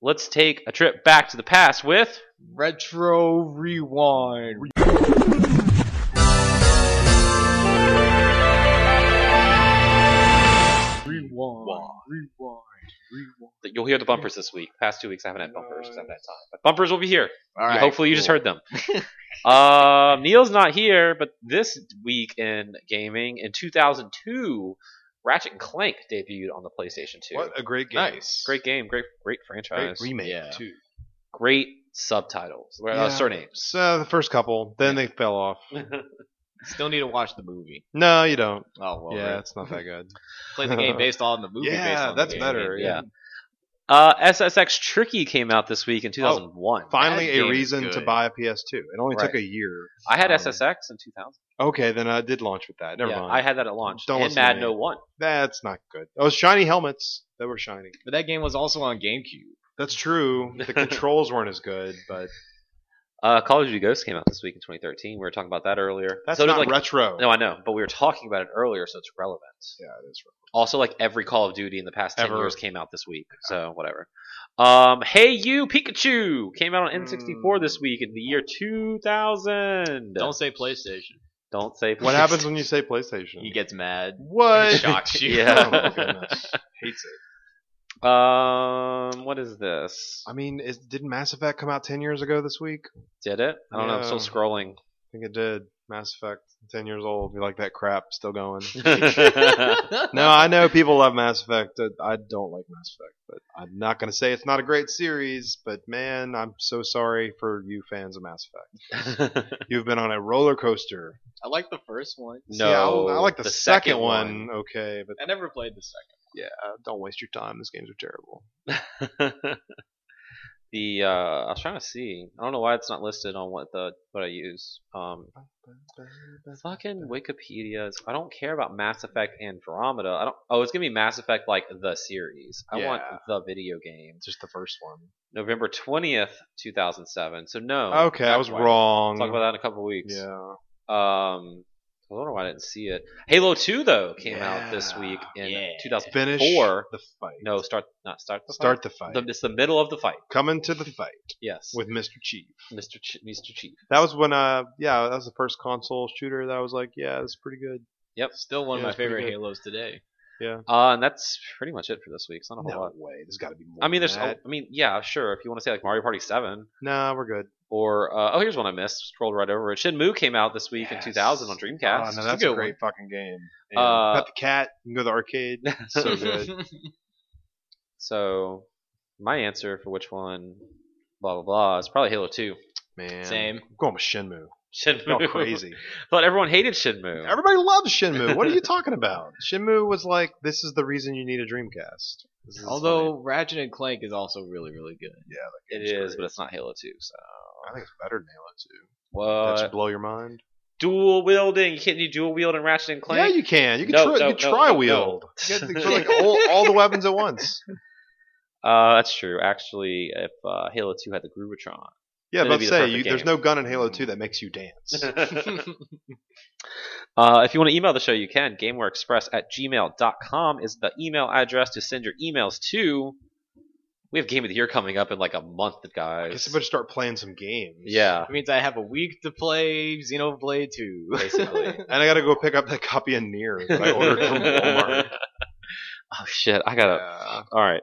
let's take a trip back to the past with
Retro Rewind. Rewind. Rewind.
you'll hear the bumpers this week. Past two weeks I haven't had bumpers 'cause I haven't had time. But bumpers will be here.
All right.
Hopefully you
cool.
just heard them. uh, Neil's not here, but this week in gaming in 2002, Ratchet and Clank debuted on the PlayStation 2.
What a great game!
Nice.
Great game, great great franchise,
Great
great,
remake
Yeah.
too.
subtitles, well,
Yeah.
uh, surnames.
So the first couple, then they fell off.
Still need to watch the movie.
No, you don't.
Oh well.
yeah,
Yeah.
it's not that good.
Play the game based on the movie.
Yeah,
based on
that's
the game.
better,
yeah. Uh, SSX Tricky came out this week in 2001.
Oh, Finally,
That
a
game is
reason to
good.
buy a PS2. It only took
Right.
a year.
I had
Um,
SSX in 2000.
Okay, then I did launch with that. Never
yeah,
mind.
I had that at launch.
Don't
and
listen to
Madden
me.
01.
That's not good. Oh, shiny helmets. They were shiny.
But that game was also on GameCube.
That's true. The controls weren't as good, but
Uh, Call of Duty Ghosts came out this week in 2013. We were talking about that earlier.
that's
So did,
not
like,
retro.
No, I know, but we were talking about it earlier, so it's relevant.
yeah, it is.
Also, like every Call of Duty in the past 10
Ever.
years came out this week, so whatever. Um, Hey You Pikachu came out on N64
Mm.
this week in the year 2000.
Don't say PlayStation.
Don't say
Retro. What happens when you say PlayStation?
He gets mad.
what?
Shocks you.
Yeah.
Oh my goodness. Hates it.
Um, what is this?
I mean, is, didn't Mass Effect come out ten years ago this week? I
Did it? I don't know. I'm still
Yeah.
scrolling.
think it did. Mass Effect, ten years old. You like that crap? Still going?
no,
no, I know people love Mass Effect. I- I don't like Mass Effect, but I'm not going to say it's not a great series. But man, I'm so sorry for you fans of Mass Effect. You've been on a roller coaster.
I like the first one.
no,
See, I, I like the, second,
second
one. Okay, but
I never played the second.
yeah, don't waste your time. Those games are terrible.
the uh, I was trying to see. I don't know why it's not listed on what the what I use. Um, fucking Wikipedia is. I don't care about Mass Effect Andromeda. I don't. Oh, it's gonna be Mass Effect like the series. I want
Yeah.
the video game.
Just the first one.
November twentieth, two thousand seven. So no.
okay, I
not
was
quite.
wrong.
We'll Oh, talk about that in a couple weeks.
Yeah,
Um, I don't know why I didn't see it. Halo Two though came out this
Yeah.
week in
Yeah.
2000.
finish
Four.
the fight.
No, start not start the
start the fight.
Fight. The- it's the middle of the fight.
Coming to the fight
Yes, with
with Mr. Chief.
Mr. Ch- Mr. Chief.
That was when, uh, yeah, that was the first console shooter that I was like, yeah, that's pretty good.
Still one
Yeah,
of my
it's pretty
favorite
good.
Halos today.
Uh, and that's pretty much it for this week. It's not a whole
No
lot.
way. There's got to be more.
I mean,
than
there's.
that.
I mean, yeah, sure. If you want to say like Mario Party Seven
nah, we're good.
or uh, oh, here's one I missed. Scrolled right over it. Shinmu came out this week
Yes.
in 2000 on Dreamcast.
oh, no, that's
a
a,
good
great fucking game. And
Uh,
pet the cat. You can go to the arcade. It's so good.
So my answer for which one, blah blah blah, is probably Halo Two.
Man,
Same.
I'm going with Shinmu.
Shinmu.
Y'all crazy.
Thought everyone hated Shinmu.
Everybody loves Shinmu. What are you talking about? Shinmu was like, this is the reason you need a Dreamcast. This is
Although Ratchet and Clank is also really, really good.
It
It's
is,
great.
but it's not Halo 2. So
I think it's better than Halo Two.
what?
That should blow your mind.
dual wielding. You can't do dual wield in Ratchet and Clank.
Yeah, you can. You can,
No,
try
no,
you can
no,
try
no.
wield. You can throw like all, all the weapons at once.
uh, that's true. Actually, if uh, Halo 2 had the Groovatron.
Yeah,
That'd
but
be the
say
perfect
you, there's
game.
no gun in Halo Two that makes you dance.
uh, if you want to email the show, you can. GameWareExpress at gmail.com is the email address to send your emails to. We have Game of the Year coming up in like a month,
I
guys.
guess I better start playing some games.
yeah,
That means I have a week to play Xenoblade 2.
basically.
And I gotta go pick up that copy of Nier that I ordered from Walmart.
oh shit, I gotta.
Yeah.
All right.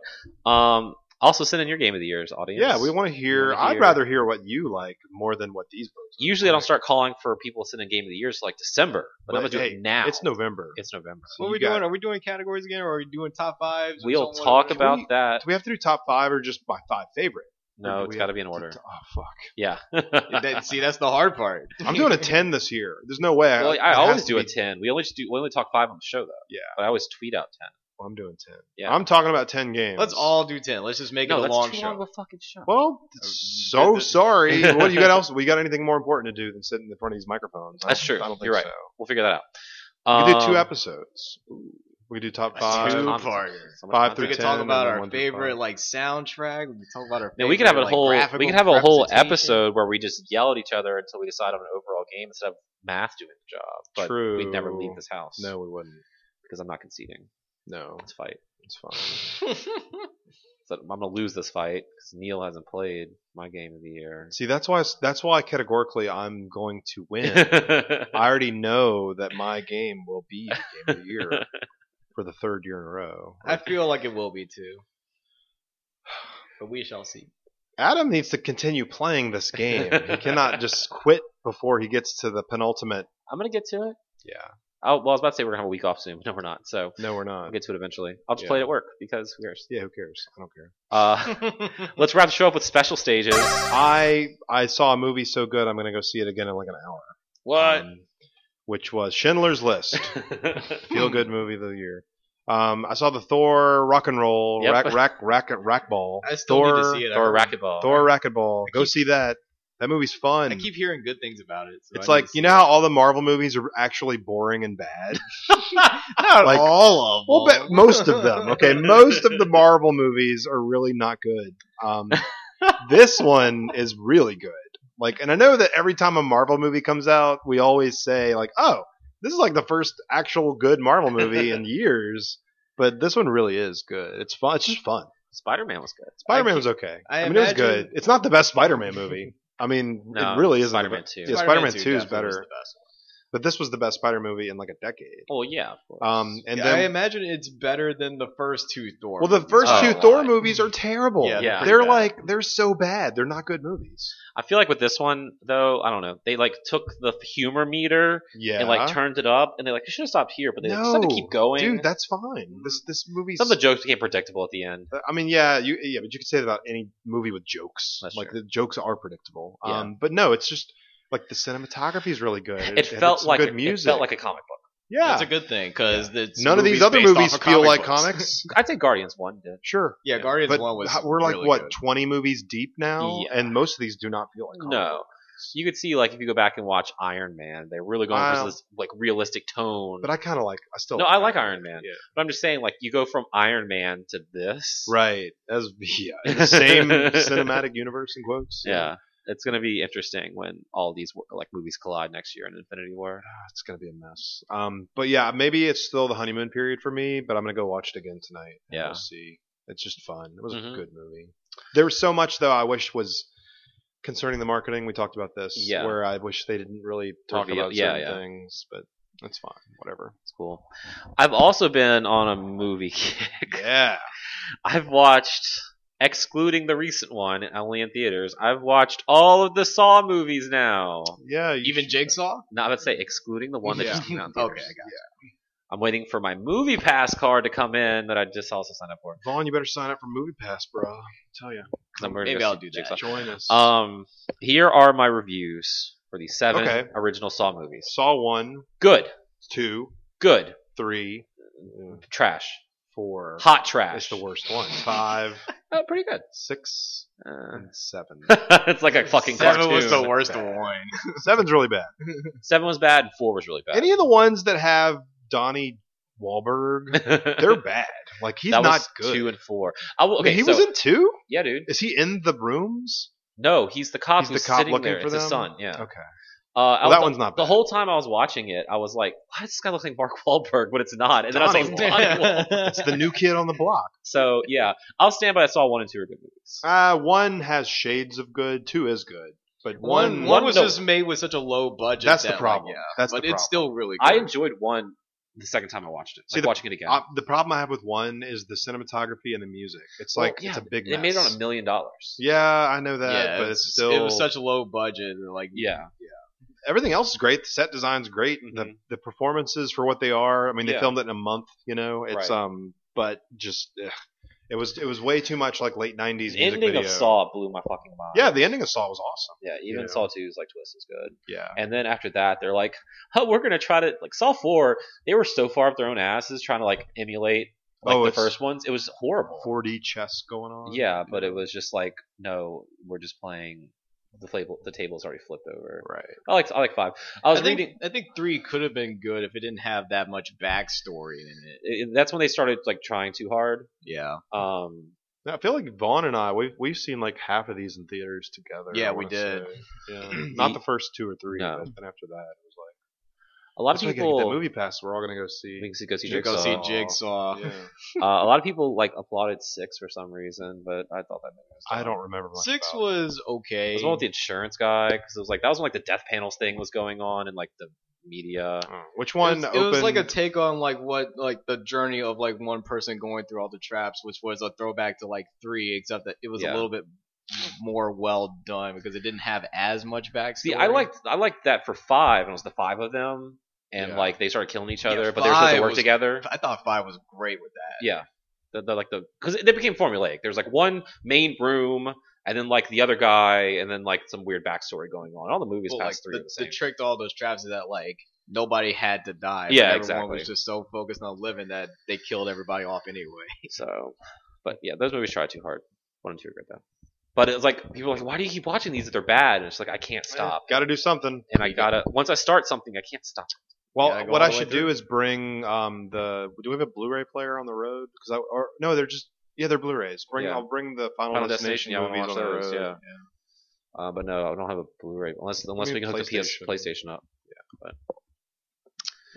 Um. Also, send in your Game of the Year's audience.
Yeah, we want to hear.
We wanna
I'd
hear-
rather hear what you like more than what these books.
Usually, I don't start calling for people to send in Game of the Year's like December, but, I'm
But,
gonna do
hey,
it now.
It's November.
It's November.
So
what are
you
we
got-
doing? Are we doing categories again, or are we doing top fives? or
We'll
something?
talk
Can
about
we-
that.
Do we have to do top five or just my five favorite?
No,
do
it's
we
got to
have
be in order.
Oh fuck!
Yeah.
we- that- see, that's the hard part.
I'm doing a ten this year. There's no way.
Well,
it
I
has
always
to
do
be-
a ten. We only just do we only talk five on the show though.
Yeah.
But I always tweet out ten.
Well, Oh, I'm doing ten.
Yeah.
I'm talking about ten games.
Let's all do 10. Let's just make
no,
it a
that's
long
too
show.
long of a fucking show.
Well, so
that- that-
sorry. what do you got else? We got anything more important to do than sit in front of these microphones? I
That's
don't-
true.
I don't think
You're right.
so.
We'll figure that
We
out.
did two
Um,
episodes. We could do top
That's
five.
two
Content.
parters.
So much
Five
content.
through
we could
10,
talk
and
about
then
our
one through
favorite
five.
like soundtrack. We could talk about our. Favorite,
Now we could have a
like,
whole we
graphical
could have a whole
presentation.
episode where we just yell at each other until we decide on an overall game instead of math doing the job. But
True.
we'd never leave this house.
No, we wouldn't.
because I'm not conceding.
No,
Let's fight.
it's fine.
So I'm gonna lose this fight because Neil hasn't played my game of the year.
See, that's why. That's why categorically I'm going to win. I already know that my game will be the game of the year for the third year in a row.
I feel like it will be too, but we shall see.
Adam needs to continue playing this game. He cannot just quit before he gets to the penultimate.
I'm gonna get to it.
Yeah.
Oh well, I was about to say we're gonna have a week off soon, but no, we're not. So
No, we're
I'll
not.
get to it eventually. I'll just
Yeah.
play it at work because who cares?
Yeah, who cares? I don't care.
Uh, let's wrap the show up with special stages.
I I saw a movie so good I'm gonna go see it again in like an hour. Um, which was Schindler's List. Feel good movie of the year. Um, I saw the Thor rock and roll
Yep.
rack rack rack racquetball.
I still need to
Thor-
see it. I
Thor
heard.
racquetball.
Thor racquetball.
I
Go
keep-
see that. That movie's fun.
I keep hearing good things about it. so
It's
I need
like
to see
you know
it.
how all the Marvel movies are actually boring and bad.
Not
like-
all of
Well, but most of them. Okay, most of the Marvel movies are really not good. Um, this one is really good. Like, and I know that every time a Marvel movie comes out, we always say like, "Oh, this is like the first actual good Marvel movie in years." But this one really is good. It's fun. It's just fun.
Spider Man was good.
Spider Man
I
was okay.
I
I, mean, it was
imagine-
good. It's not the best Spider Man movie. I mean,
No,
it really isn't.
Spider Man
the-
Two.
Yeah, Spider-Man 2 is
definitely
better.
the best one.
But this was the best Spider movie in like a decade.
Oh yeah. Of course.
Um, and
Yeah,
then
I imagine it's better than the first two Thor.
Well, the
movies.
first
Oh,
two
a
Thor
lot.
movies are terrible.
Yeah,
they're Yeah.
they're
pretty bad.
like they're so bad. They're not good movies.
I feel like with this one though, I don't know. They like took the humor meter
Yeah,
and like turned it up, and they like they should have stopped here, but they like, just had to
No,
keep going.
dude, that's fine. This this movie's. uh,
Some of the jokes became predictable at the end.
I mean, yeah, you yeah, but you could say that about any movie with jokes.
That's
like
true.
the jokes are predictable.
Yeah.
Um, but no, it's just like the cinematography is really good.
It,
had
felt
some
like
good
it,
music.
it felt like a comic book.
yeah.
That's a good thing because
None of these other movies feel like comics.
I'd say Guardians One did.
Sure.
Yeah, Guardians
But
One was.
ho- we're like
really
what
good.
twenty movies deep now,
Yeah.
and most of these do not feel like oh. comic
No. You could see like if you go back and watch Iron Man, they're really going
I
for
don't-
this like realistic tone.
But I kind of like. I still.
no, I like Iron Man.
Yeah.
But I'm just saying like you go from Iron Man to this.
Right. As yeah, in the same cinematic universe in quotes.
Yeah. It's gonna be interesting when all these like movies collide next year in Infinity War.
Ah, It's gonna be a mess. Um, but yeah, maybe it's still the honeymoon period for me. But I'm gonna go watch it again tonight. and
Yeah.
We'll see. It's just fun. It was
Mhm.
a good movie. There was so much though. I wish was concerning the marketing. We talked about this.
Yeah.
Where I wish they didn't really talk
Reveal-
about
yeah,
certain
yeah.
things. But that's fine. Whatever.
It's cool. I've also been on a movie kick.
Yeah.
I've watched excluding the recent one, only in theaters, I've watched all of the Saw movies now.
Yeah. you
Even
should-
Jigsaw.
Not let's say excluding the one that
Yeah.
just came out in
Okay, I got
theaters.
you.
I'm waiting for my movie pass card to come in that I just also signed up for.
Vaughn, you better sign up for Movie Pass, bro. I tell you.
'cause I'm ready to
Maybe
go
I'll
see
do that.
Jigsaw.
Join us.
Um, here are my reviews for the seven
Okay.
original Saw movies.
Saw one,
Good,
two,
good,
three,
trash,
four.
hot trash.
It's the worst one. Five,
Uh, pretty good.
six,
Uh,
and seven.
it's like a fucking
Seven
cartoon.
was the worst
Bad.
one.
Seven's really bad.
Seven was bad. and Four was really bad.
Any of the ones that have Donnie Wahlberg, they're bad. Like he's
that
not
was
good.
Two and four. I will, okay,
he
so,
was in two.
yeah, dude.
Is he in the rooms?
No, he's the cop
He's the
who's
cop
sitting
looking
there.
for
it's his
them?
son. Yeah.
Okay.
Uh, I
Well,
was-
that one's not
The
bad.
whole time I was watching it, I was like, "Why does this guy look like Mark Wahlberg?" But it's not. And then I was like,
Donnie
"Donnie Wahlberg."
Wahlberg.
It's the new kid on the block.
So yeah, I'll stand by. I saw one and two are good movies.
Uh, one has shades of good. Two is good, but
one,
Mm, one,
one
one-
was
no.
just made with such a low budget.
that's
that,
the
like,
problem.
yeah.
That's the
but
problem.
it's still really
I
good.
enjoyed one the second time I watched it.
See,
Like
the-
watching it again,
Uh, the problem I have with one is the cinematography and the music. It's
Well,
like
yeah,
it's a big.
they made it
mess.
on a million dollars.
Yeah, I know that,
yeah,
but
it's
it's,
just-
still
it was such a low budget. and, Like
Yeah.
everything else is great. The set design's great, and the, the performances for what they are. I mean, they
Yeah.
filmed it in a month. You know, it's
Right.
um, but just ugh. it was it was way too much like late '90s
The
music
ending
video.
of Saw blew my fucking mind.
Yeah, the ending of Saw was awesome.
Yeah, even
Yeah.
Saw 2's like twist is good.
Yeah,
And then after that, they're like, "Oh, we're gonna try to like Saw 4." They were so far up their own asses trying to like emulate like
Oh,
the
it's-
first ones. It was horrible.
4D chess going on.
yeah, but it was just like, no, we're just playing. The table, the table's already flipped over.
right.
I like, I like five. I was
I think,
reading.
I think three could have been good if it didn't have that much backstory in it.
i- eh, That's when they started like trying too hard.
Yeah,
Um,
I feel like Vaughn and I we've we've seen like half of these in theaters together.
Yeah,
I
we
wanna
did.
say. Yeah. Not the first two or three,
No.
but then after that, it was like
a lot
"That's
of
why I gotta get
people.
that movie pass. We're all gonna go see.
We can see- go see
you go
Jigsaw.
see Jigsaw.
Yeah.
Uh, a lot of people like applauded six for some reason, but I thought that. Movie was
I
dumb.
don't remember. Much
Six
about it.
was okay.
It was one with the insurance guy because it was like that was when like the death panels thing was going on and like the media.
Oh, Which
It was-
one?
It was,
opened,
like a take on like what like the journey of like one person going through all the traps, which was a throwback to like three, except that it was
Yeah.
a little bit more well done because it didn't have as much backstory.
See, I liked I liked that for five, and it was the five of them, and
Yeah.
like they started killing each other,
Yeah,
but they were supposed to
five
work
was-
together.
I thought five was great with that.
Yeah, the, the like the because they became formulaic. There was like one main room, and then like the other guy, and then like some weird backstory going on. All the movies
Well, like,
past three
the,
are the same.
the trick to all those traps is that like nobody had to die. but
Yeah,
everyone
exactly.
was just so focused on living that they killed everybody off anyway.
So, but yeah, those movies try too hard. One and two are good though. But it's like people are like, why do you keep watching these if they're bad? And it's like I can't stop.
Got to do something.
And I gotta once I start something, I can't stop.
Well,
Yeah, go
what
all
I
the way
should do
through.
is bring um the. Do we have a Blu-ray player on the road? Because I or no, they're just yeah, they're Blu-rays. Bring
Yeah.
I'll bring the Final,
Final Destination,
Destination,
yeah, I wanna
movies
watch
on the
those.
road.
Yeah. Uh, but no, I don't have a Blu-ray unless unless
mean
we can hook the PS
PlayStation. Oh.
PlayStation up.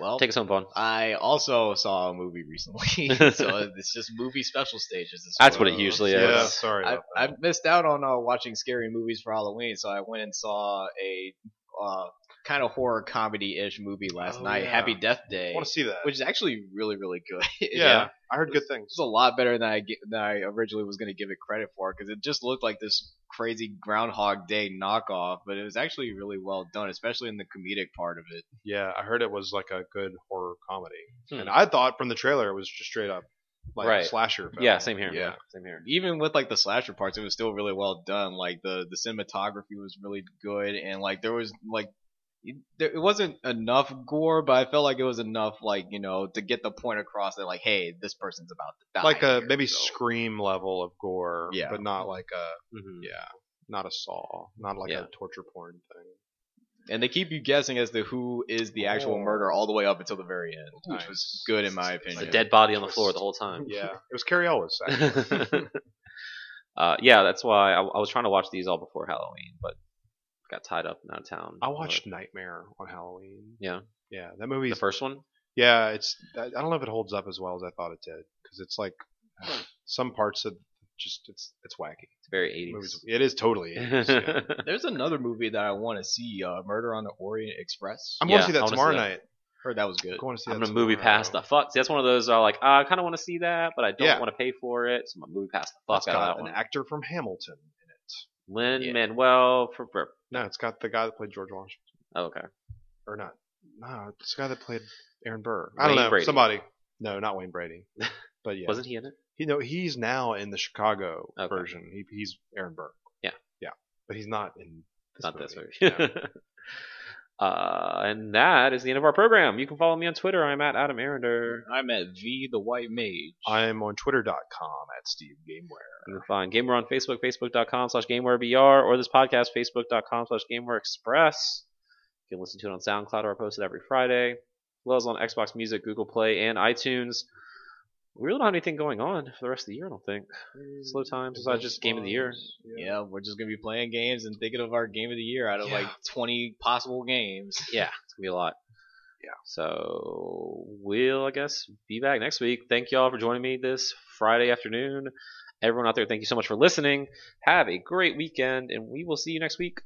Well,
Take us home, Vaughn.
I also saw a movie recently, so it's just movie special stages. is
That's what it usually
Yeah,
is.
Yeah.
sorry.
I,
about
I missed out on uh, watching scary movies for Halloween, so I went and saw a uh, kind of horror comedy ish movie last
Oh,
night,
yeah.
Happy Death
that. I
Day,
want to see that.
which is actually really really good.
yeah, I heard good things.
It's a lot better than I ge- than I originally was going to give it credit for because it just looked like this crazy Groundhog Day knockoff, but it was actually really well done, especially in the comedic part of it.
Yeah, I heard it was like a good horror comedy,
Hmm.
and I thought from the trailer it was just straight up like
Right.
slasher. Film.
yeah, same here.
Yeah.
same here.
Even with like the slasher parts, it was still really well done. Like the the cinematography was really good, and like there was like you- there, it wasn't enough gore, but I felt like it was enough like you know to get the point across that like hey, this person's about to die.
like a
here,
maybe
so.
scream level of gore,
Yeah.
but not like a
Mhm.
yeah, not a saw, not like
Yeah.
a torture porn thing.
and they keep you guessing as to who is the actual
Oh.
murderer all the way up until the very end, which
Nice.
was good in my
A
opinion.
A dead body on the floor the whole time.
Yeah, it was Carrie Ellis. actually.
uh, yeah, that's why I, I was trying to watch these all before Halloween, but got tied up and out of town.
I watched Nightmare on Halloween.
Yeah.
yeah, that movie.
the first one.
Yeah, it's. I I don't know if it holds up as well as I thought it did because it's like some parts of just it's it's wacky.
It's very
Movies,
eighties.
it is totally. it is, yeah.
There's another movie that I want to see, uh, Murder on the Orient Express.
I'm
Yeah,
going
I
to see that
wanna see
tomorrow
that.
night.
Heard that was good.
Going to see
I'm
that
gonna movie
tomorrow.
pass the fuck. See, that's one of those. Uh, like, ah, I kind of want to see that, but I don't
Yeah.
want to pay for it, so I'm gonna movie pass the fuck
It's
out of
got
that
an
one.
actor from Hamilton in it.
Lin
Yeah.
Manuel for, for-
No, it's got the guy that played George Washington,
oh, okay.
or not? No, it's the guy that played Aaron Burr. I don't
Wayne
know.
Brady.
Somebody. No, not Wayne Brady. But yeah,
Wasn't he in it?
You know, he's now in the Chicago
Okay.
version. He, he's Aaron Burr.
Yeah.
Yeah. But he's not in this
Not
movie.
this movie.
No.
uh, and that is the end of our program. You can follow me on Twitter. I'm at Adam Arender.
I'm at V the White Mage.
I'm on twitter.com at Steve Gameware.
You can find Gamer on Facebook, facebook.com slash GameWareBR, or this podcast, facebook.com slash GameWareExpress. You can listen to it on SoundCloud or I post it every Friday, as well as on Xbox Music, Google Play, and iTunes. We really don't have anything going on for the rest of the year, I don't think. Slow times besides just game of the year.
Yeah. we're just gonna be playing games and thinking of our game of the year out of like twenty possible games.
Yeah, it's gonna be a lot.
Yeah.
So we'll, I guess, be back next week. Thank y'all for joining me this Friday afternoon. Everyone out there, thank you so much for listening. Have a great weekend, and we will see you next week.